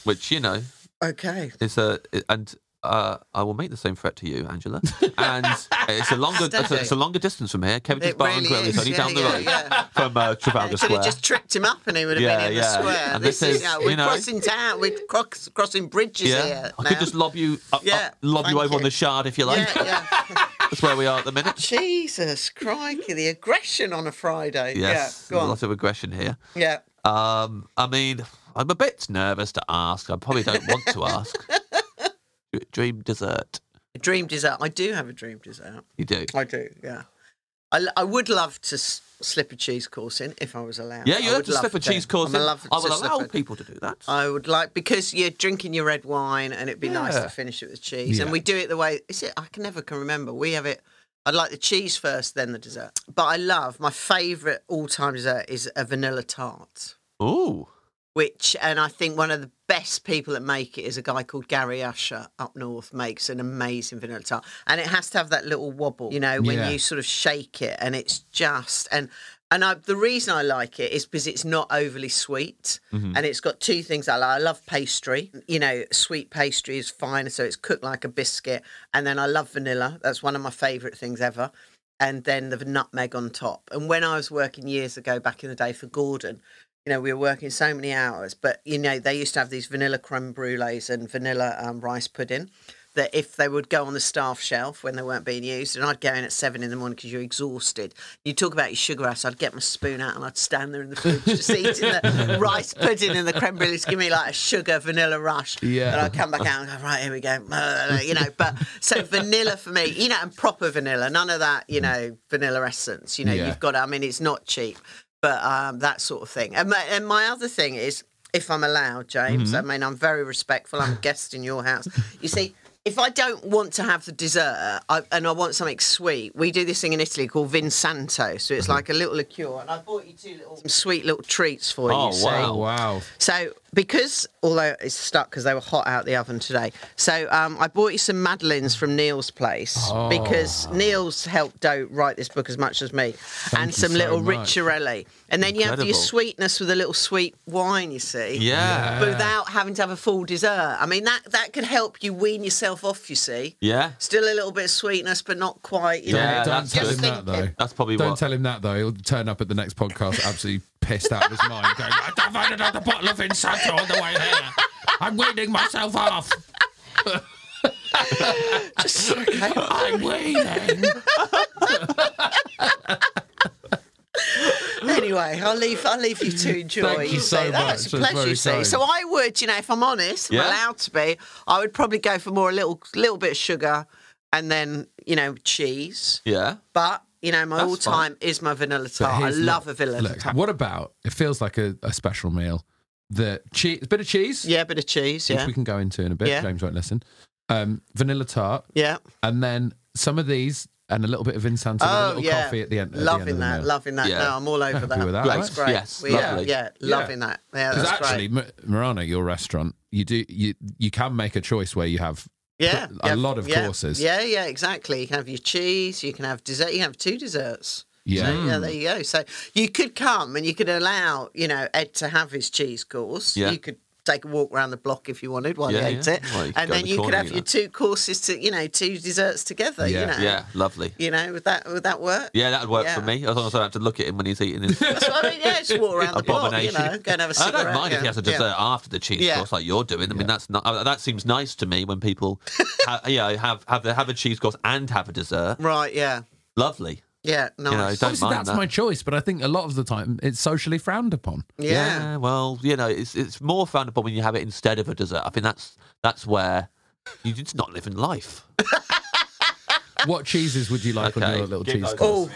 which you know
Okay.
It's a and uh, I will make the same threat to you, Angela. And it's a longer it's a, it's a longer distance from here. Kevin's
It
Bar and
really
Grill is
is,
only
yeah,
down the
yeah,
road
yeah.
from uh, Trafalgar
could
Square.
have just tripped him up, and he would have
Yeah,
been in
yeah.
the square.
And
this, is,
this is,
you know,
you
we're
know-
crossing town. We're cross, crossing bridges
yeah,
here.
I could
now.
just lob you up,
Yeah,
up, lob you
thank
over on
you.
the shard if you like.
Yeah, yeah.
That's where we are at the minute.
Jesus crikey, the aggression on a Friday.
Yes,
yeah, go
a
on.
lot of aggression here.
yeah.
Um, I mean, I'm a bit nervous to ask. I probably don't want to ask. Dream dessert,
A dream dessert. I do have a dream dessert.
you do.
I do, yeah. I, l- I would love to s- slip a cheese course in if I was allowed.
Yeah, you
I
have
would
to slip
love
a cheese course.
I'm
in.
allowed
I will
to slip
allow
it.
people to do that.
I would like because you're drinking your red wine, and it'd be nice
Yeah.
to finish it with cheese.
Yeah.
And we do it the way is it? I can never can remember. We have it. I like the cheese first, then the dessert. But I love my favourite all-time dessert is a vanilla tart,
Ooh.
which, and I think one of the best people that make it is a guy called Gary Usher up north. Makes an amazing vanilla tart, and it has to have that little wobble, you know, when
Yeah.
you sort of shake it, and it's just and. And I, the reason I like it is because it's not overly sweet, and it's got two things I like. I love pastry, you know, sweet pastry is fine, so it's cooked like a biscuit, and then I love vanilla. That's one of my favourite things ever, and then the nutmeg on top. And when I was working years ago, back in the day for Gordon, you know, we were working so many hours, but you know, they used to have these vanilla creme brulees and vanilla um, rice pudding that if they would go on the staff shelf when they weren't being used, and I'd go in at seven in the morning because you're exhausted. You talk about your sugar ass. I'd get my spoon out and I'd stand there in the fridge just eating the rice pudding and the creme brulees, give me like a sugar vanilla rush.
Yeah.
And I'd come back out and go, right, here we go. Uh, You know, but so vanilla for me, you know, and proper vanilla, none of that, you know, vanilla essence. You know,
Yeah.
you've got. I mean, it's not cheap, but um, that sort of thing. And my, and my other thing is, if I'm allowed, James.
Mm-hmm.
I mean, I'm very respectful. I'm a guest in your house. You see. If I don't want to have the dessert I, and I want something sweet, we do this thing in Italy called Vinsanto. So it's
Mm-hmm.
like a little liqueur, and I bought you two little some sweet little treats for you.
Oh,
see.
wow.
Oh wow!
So because although it's stuck because they were hot out the oven today, so um, I bought you some madeleines from Neil's place
Oh.
because Neil's helped Doe write this book as much as me, and
you
some
so
little
much.
ricciarelli, and then you have your
Incredible.
sweetness with a little sweet wine. You see,
Yeah.
but without having to have a full dessert. I mean that that could help you wean yourself off. You see,
Yeah.
still a little bit of sweetness, but not quite. You
Yeah,
know,
don't
that's
tell
just
him that though.
thinking.
That's probably
don't
what-
tell him that though. He'll turn up at the next podcast absolutely pissed out of his mind, going, "I don't find another bottle of Insanto on the way here. I'm weaning myself off.
Just- okay.
I'm weaning."
Anyway, I'll leave. I'll leave you to enjoy.
Thank you
see.
so much.
That's
That's
a pleasure.
very
You see,
kind.
so I would, you know, if I'm honest,
Yeah.
I'm allowed to be, I would probably go for more a little, little bit of sugar, and then you know cheese.
Yeah.
But you know, my
That's
all time is my vanilla
But
tart. I
here's-
love a
look,
vanilla
Look,
tart.
what about it feels like a, a special meal? The cheese, bit of cheese,
Yeah, a bit of cheese.
which
Yeah,
we can go into in a bit.
Yeah.
James won't listen. Um, vanilla tart,
yeah.
and then some of these, and a little bit of instant, and a little coffee at the end. at the end
Oh, Loving
of the
that,
meal.
loving that.
Yeah.
No, I'm all over
happy
that.
with that,
That's
right?
great.
Yes,
We- yeah,
lovely.
yeah, loving that. Yeah,
Because
that's
actually,
great.
M- Marana, your restaurant, you do you you can make a choice where you have
Yeah,
a
yeah,
lot of
yeah,
courses.
Yeah, yeah, exactly. You can have your cheese. You can have dessert. You can have two desserts.
yeah.
So, yeah,
Hmm.
there you go. So you could come and you could allow, you know, Ed to have his cheese course.
Yeah.
You could take a walk around the block if you wanted while
Yeah,
he ate
yeah.
it.
Well, you could
and
go in
then
the
you could
corner,
have
you
your
know.
two courses to, you know, two desserts together,
Yeah.
you know.
Yeah, lovely.
You know, would that would that work?
Yeah, that'd work for
Yeah.
me. As long as I don't have to look at him when he's eating his
So, I mean, yeah, just walk around the block, you
abomination.
know, go and have a
I
cigarette.
don't mind
yeah.
if he has a
yeah.
dessert after the cheese
Yeah.
course, like you're doing. I mean, that's not, uh, that seems nice to me when people, ha, you know, have have the, have a cheese course and have a dessert.
Right, yeah.
Lovely.
Yeah, nice.
know, don't-
Obviously,
mind
that's
that.
my choice, but I think a lot of the time it's socially frowned upon.
yeah.
Well, you know, it's it's more frowned upon when you have it instead of a dessert. I think that's that's where you're just not living life.
What cheeses would you like on
Okay.
your little
Get
cheese
those.
course?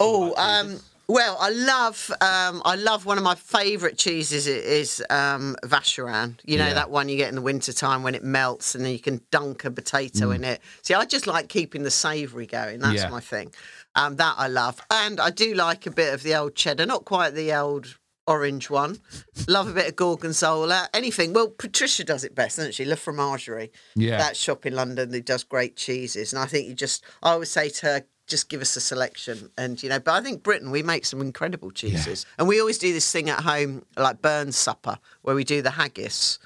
Oh, oh, um, well, I love, um, I love one of my favourite cheeses i- is um, Vacherin. You know
Yeah.
that one you get in the winter time when it melts, and then you can dunk a potato in it. See, I just like keeping the savoury going. That's
Mm. Yeah.
my thing. Um, that I love, and I do like a bit of the old cheddar, not quite the old. Orange one, love a bit of gorgonzola, anything. Well, Patricia does it best, doesn't she? La Fromagerie
Yeah.
that shop in London who does great cheeses. And I think you just, I always say to her, just give us a selection. And, you know, but I think Britain, we make some incredible cheeses. And we always do this thing at home, like Burns supper, where we do the haggis.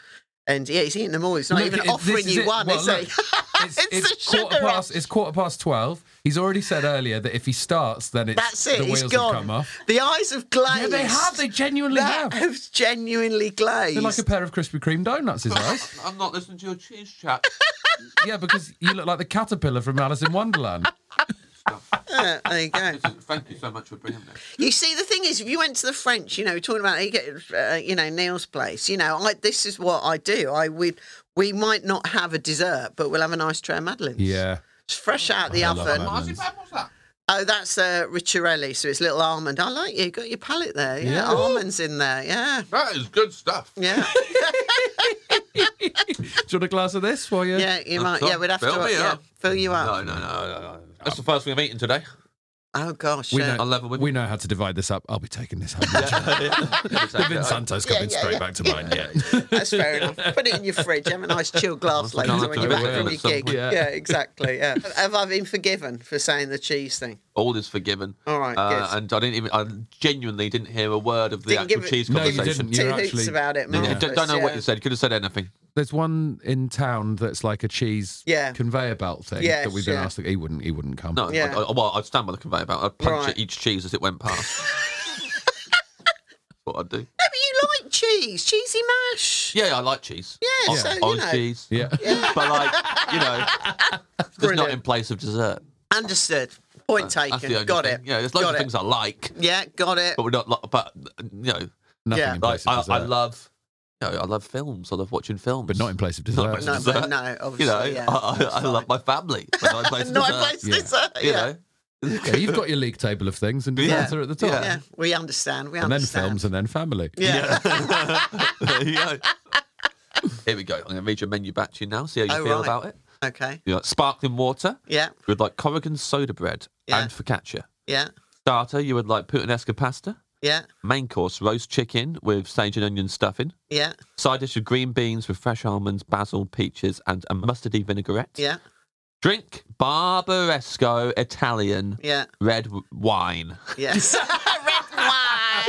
And yeah, he's eating them all. He's not
Look,
even
it-
offering
this is
you
it.
one,
Well,
is
look,
he?
It's, it's
the
quarter
sugar
past.
rush.
It's quarter past twelve. He's already said earlier that if he starts, then it's
That's it.
The wheels
he's
have
gone.
come off.
The eyes have glazed.
Yeah, they have. They genuinely
That
have.
have genuinely glazed. Uh,
They're like a pair of Krispy Kreme donuts, his eyes.
I'm not listening to your cheese chat.
yeah, because you look like the caterpillar from Alice in Wonderland.
Yeah, there you go.
Thank you so much for bringing that.
You see, the thing is, if you went to the French, you know, we're talking about you get, uh, you know, Neil's place. You know, I, this is what I do. I we we might not have a dessert, but we'll have a nice tray of madeleines.
Yeah.
it's fresh out the
I love
oven.
madeleines.
Oh, that's uh, Ricciarelli, so it's little almond. I like you. Got your palate there. Yeah,
Yeah.
almonds in there. Yeah,
That is good stuff.
yeah,
Do you want a glass of this while you?
yeah. You might. Yeah, we'd have
Fill
to
me
yeah,
up.
fill you
No,
up.
no, no, no, no. That's the first thing I'm eating today.
Oh gosh.
We
yeah.
know,
I'll level with
we know how to divide this up. I'll be taking this home. The Vin Santo's coming
yeah,
straight
yeah.
back to mine. Yeah.
That's fair enough. Put it in your fridge. Have a nice chill glass
I'll
later
have
when
to
you're back
refill
from
at
your
some
gig.
point.
Yeah. exactly. Yeah. Have I been forgiven for saying the cheese thing?
All is forgiven.
All right,
Uh,
good.
and I didn't even. I genuinely didn't hear a word of the
Didn't
actual
give it-
cheese
No, you
conversation.
didn't.
Two
You're
hoots
actually-
about it.
No, you
marvellous,
don't know what
yeah.
you said. Could have said anything.
There's one in town that's like a cheese
Yeah.
conveyor belt thing
Yes,
that we've been
yeah.
asked. He wouldn't. He wouldn't come.
No.
Yeah.
I, I, well, I'd stand by the conveyor belt. I'd punch
Right.
at each cheese as it went past. what I'd do.
No, but you like cheese, cheesy mash.
Yeah, I like cheese.
Yeah,
Oz-
so, you
Oz
know.
Oh, cheese.
Yeah.
But like, you know, it's not
Brilliant.
in place of dessert.
Understood. Point
Uh, That's the only
taken. Got
thing.
it.
Yeah, there's loads
Got
of
it.
things I like,
Yeah, got it.
but we're not. like- But you know,
Nothing
Yeah.
in
like
place
I,
of
I
dessert.
love, you know, I love films. I love watching films,
but not in place of
Not in
dessert.
place
No,
of
but
dessert.
no, obviously.
You know,
yeah,
I, I, I
that's
love
fine.
my family. But not in place of
Not in
dessert.
place of dessert.
You
Yeah.
know.
Yeah, you've got your league table of things, and
Yeah.
desserts are at the top,
Yeah.
Yeah, we understand. We
and then
understand.
films, and then family.
Yeah.
There you go. Here we go. I'm going to read your menu back to you now. See how you
Oh,
feel
right.
about it.
Okay.
You like sparkling water.
Yeah.
You would like Corrigan soda bread
Yeah.
and focaccia.
Yeah.
Starter, you would like puttanesca pasta.
Yeah.
Main course, roast chicken with sage and onion stuffing.
Yeah.
Side dish of green beans with fresh almonds, basil, peaches, and a mustardy vinaigrette.
Yeah.
Drink Barberesco Italian
Yeah.
red w- wine.
Yes. Red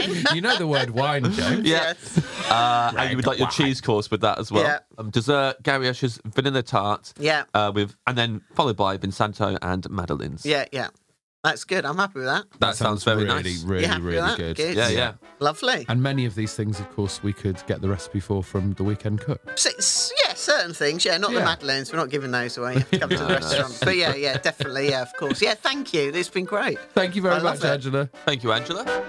wine.
You know the word wine, James.
Yeah. Uh, and you would like your cheese course with that as well.
Yeah.
Um, dessert, Gary Usher's vanilla tart.
Yeah.
Uh, with and then followed by Vinsanto and Madeline's.
Yeah, yeah. That's good. I'm happy with that.
That, sounds, very
really,
nice.
really,
You happy with
really
that?
good.
Good.
Yeah, yeah.
Lovely.
And many of these things, of course, we could get the recipe for from the weekend cook.
Six, yeah, certain things. Yeah, not
Yeah.
the Madeleines. We're not giving those away. You have to come to the restaurant. But yeah, yeah, definitely. Yeah, of course. Yeah, thank you. It's been great.
Thank you very
I
much,
love it.
Angela.
Thank you, Angela.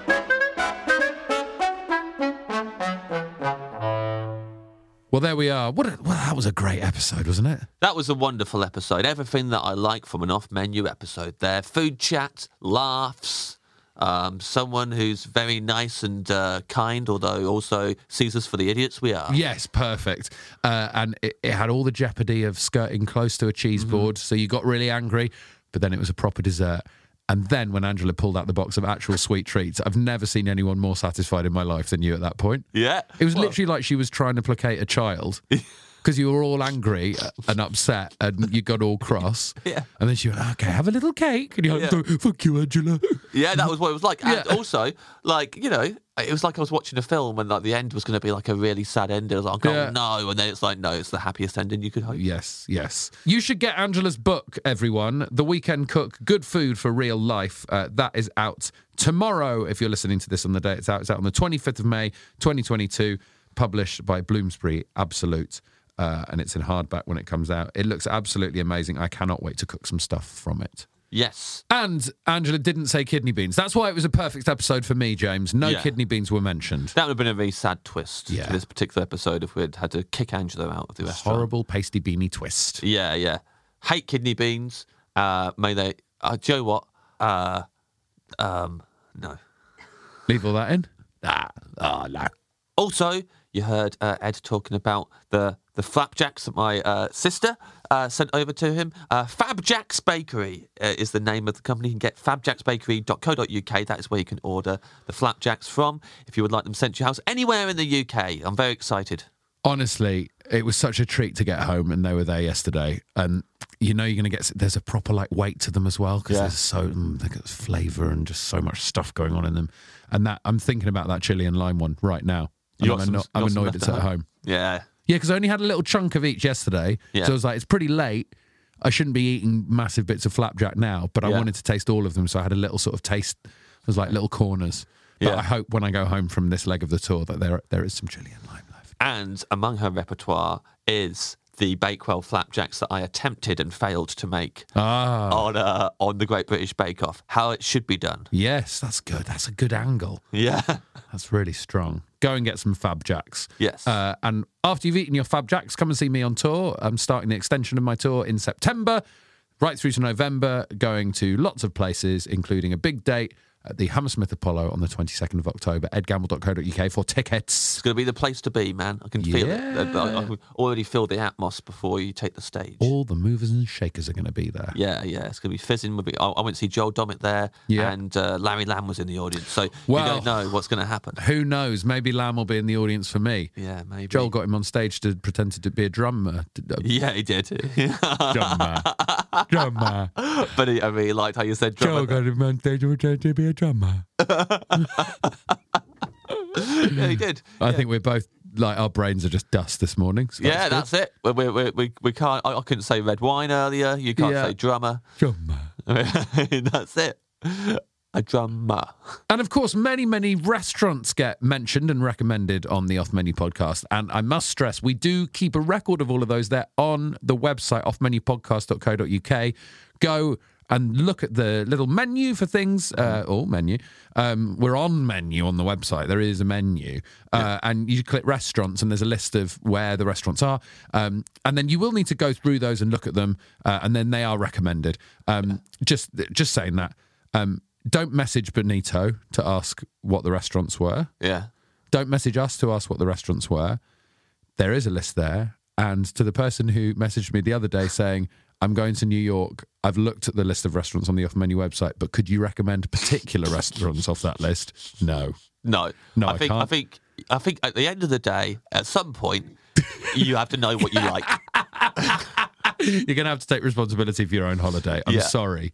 Well, there we are. What? A, well, that was a great episode, wasn't it?
That was a wonderful episode. Everything that I like from an off menu episode there food chat, laughs, um, someone who's very nice and uh, kind, although also sees us for the idiots we are.
Yes, perfect. Uh, and it, it had all the jeopardy of skirting close to a cheese board, so you got really angry, but then it was a proper dessert. And then when Angela pulled out the box of actual sweet treats, I've never seen anyone more satisfied in my life than you at that point.
Yeah.
It was literally like she was trying to placate a child because you were all angry and upset and you got all cross.
Yeah.
And then she went, okay, have a little cake. And you're like,
Yeah.
"Don't- fuck you, Angela.
Yeah, that was what it was like. And
Yeah.
also, like, you know, it was like I was watching a film and like the end was going to be like a really sad end. It was like, oh
Yeah.
no. And then it's like, no, it's the happiest ending you could hope.
Yes, yes. You should get Angela's book, everyone. The Weekend Cook Good Food for Real Life. Uh, that is out tomorrow. If you're listening to this on the day it's out, it's out on the 25th of May, 2022, published by Bloomsbury Absolute. Uh, and it's in hardback when it comes out. It looks absolutely amazing. I cannot wait to cook some stuff from it.
Yes.
And Angela didn't say kidney beans. That's why it was a perfect episode for me, James. No
Yeah.
kidney beans were mentioned.
That would have been a very sad twist
Yeah.
to this particular episode if we'd had to kick Angelo out of the restaurant.
Horrible pasty beanie twist.
Yeah, yeah. Hate kidney beans. Uh, may they. Uh, do you know what? Uh, um, no.
Leave all that in. Ah, oh, no.
Also, you heard uh, Ed talking about the the flapjacks that my uh, sister uh, sent over to him. Uh, Fabjacks Bakery uh, is the name of the company. You can get fabjacksbakery.co.uk. That is where you can order the flapjacks from if you would like them sent to your house anywhere in the UK. I'm very excited.
honestly, it was such a treat to get home, and they were there yesterday. And you know, you're going to get there's a proper like weight to them as well because
Yeah.
there's so mm, they got flavour and just so much stuff going on in them. And that I'm thinking about that chili and lime one right now. And
You
I'm,
got some-
anno-
you
I'm
got some
annoyed
left
it's
at
at
home?
home.
Yeah.
Yeah, because I only had a little chunk of each yesterday.
Yeah.
So I was like, it's pretty late. I shouldn't be eating massive bits of flapjack now, but I
Yeah.
wanted to taste all of them. So I had a little sort of taste. It was like little corners. But
Yeah.
I hope when I go home from this leg of the tour that there there is some chili and lime left.
And among her repertoire is the Bakewell flapjacks that I attempted and failed to make
Ah.
on uh, on the Great British Bake Off. How it should be done.
Yes, that's good. That's a good angle.
Yeah.
That's really strong. Go and get some Fab Jacks.
Yes.
Uh, and after you've eaten your Fab Jacks, come and see me on tour. I'm starting the extension of my tour in September, right through to November, going to lots of places, including a big date at the Hammersmith Apollo on the 22nd of October. edgamble.co.uk for tickets.
It's going to be the place to be, man. I can feel it. Uh, I, I- I can already feel the atmos before you take the stage.
All the movers and shakers are going to be there.
Yeah, yeah. It's going to be fizzing. With I, I went to see Joel Dommett there,
Yeah.
and uh, Larry Lamb was in the audience. So
Well-
you don't know what's going to happen.
Who knows? Maybe Lamb will be in the audience for me.
Yeah, maybe.
Joel got him on stage to pretend to be a drummer.
Yeah, he did.
Drummer. drummer.
but he, I really liked how you said drummer.
Joe got him on stage and pretended to be a drummer.
yeah, he did.
I think we're both like our brains are just dust this morning. So
yeah, that's it. We, we, we, we, we can't. I, I couldn't say red wine earlier. You can't
Yeah.
say drummer.
good. Drummer.
that's it. A drummer.
And of course, many, many restaurants get mentioned and recommended on the Off Menu podcast. And I must stress, we do keep a record of all of those. They're on the website, offmenupodcast.co.uk. Go and look at the little menu for things, uh, or menu. Um, we're on menu on the website. There is a menu. Uh, And you click restaurants, and there's a list of where the restaurants are. Um, and then you will need to go through those and look at them. Uh, and then they are recommended. Um, just, just saying that. Um, don't message Benito to ask what the restaurants were.
Yeah.
Don't message us to ask what the restaurants were. There is a list there. And to the person who messaged me the other day saying, I'm going to New York, I've looked at the list of restaurants on the off menu website, but could you recommend particular restaurants off that list? No.
No,
No,
I
I
think
can't.
I think I think at the end of the day, at some point, you have to know what you like.
You're going to have to take responsibility for your own holiday. I'm
Yeah.
sorry.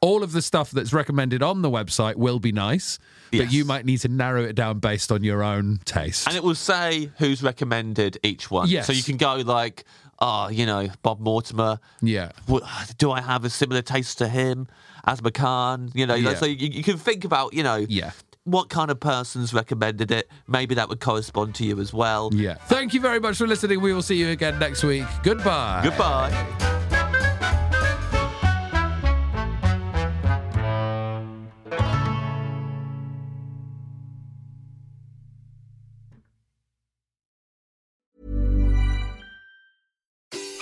All of the stuff that's recommended on the website will be nice, but
Yes.
you might need to narrow it down based on your own taste.
and it will say who's recommended each one.
Yes.
So you can go like, oh, you know, Bob Mortimer.
yeah.
w- Do I have a similar taste to him? Asma Khan, you know,
Yeah.
so you, you can think about, you know,
Yeah.
what kind of person's recommended it. Maybe that would correspond to you as well.
Yeah. Thank you very much for listening. We will see you again next week. Goodbye.
Goodbye.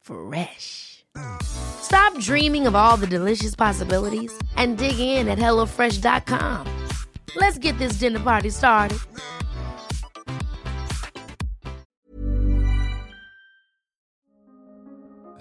Fresh. Stop dreaming of all the delicious possibilities and dig in at HelloFresh.com. Let's get this dinner party started.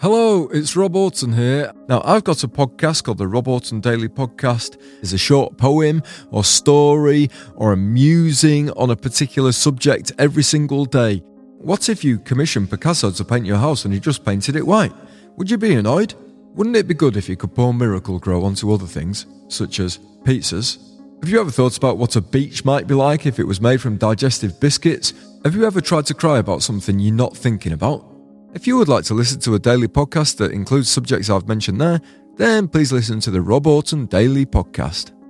Hello, it's Rob Orton here. Now, I've got a podcast called the Rob Orton Daily Podcast. It's a short poem or story or a musing on a particular subject every single day. What if you commissioned Picasso to paint your house and he just painted it white? Would you be annoyed? Wouldn't it be good if you could pour Miracle Grow onto other things, such as pizzas? Have you ever thought about what a beach might be like if it was made from digestive biscuits? Have you ever tried to cry about something you're not thinking about? If you would like to listen to a daily podcast that includes subjects I've mentioned there, then please listen to the Rob Orton Daily Podcast.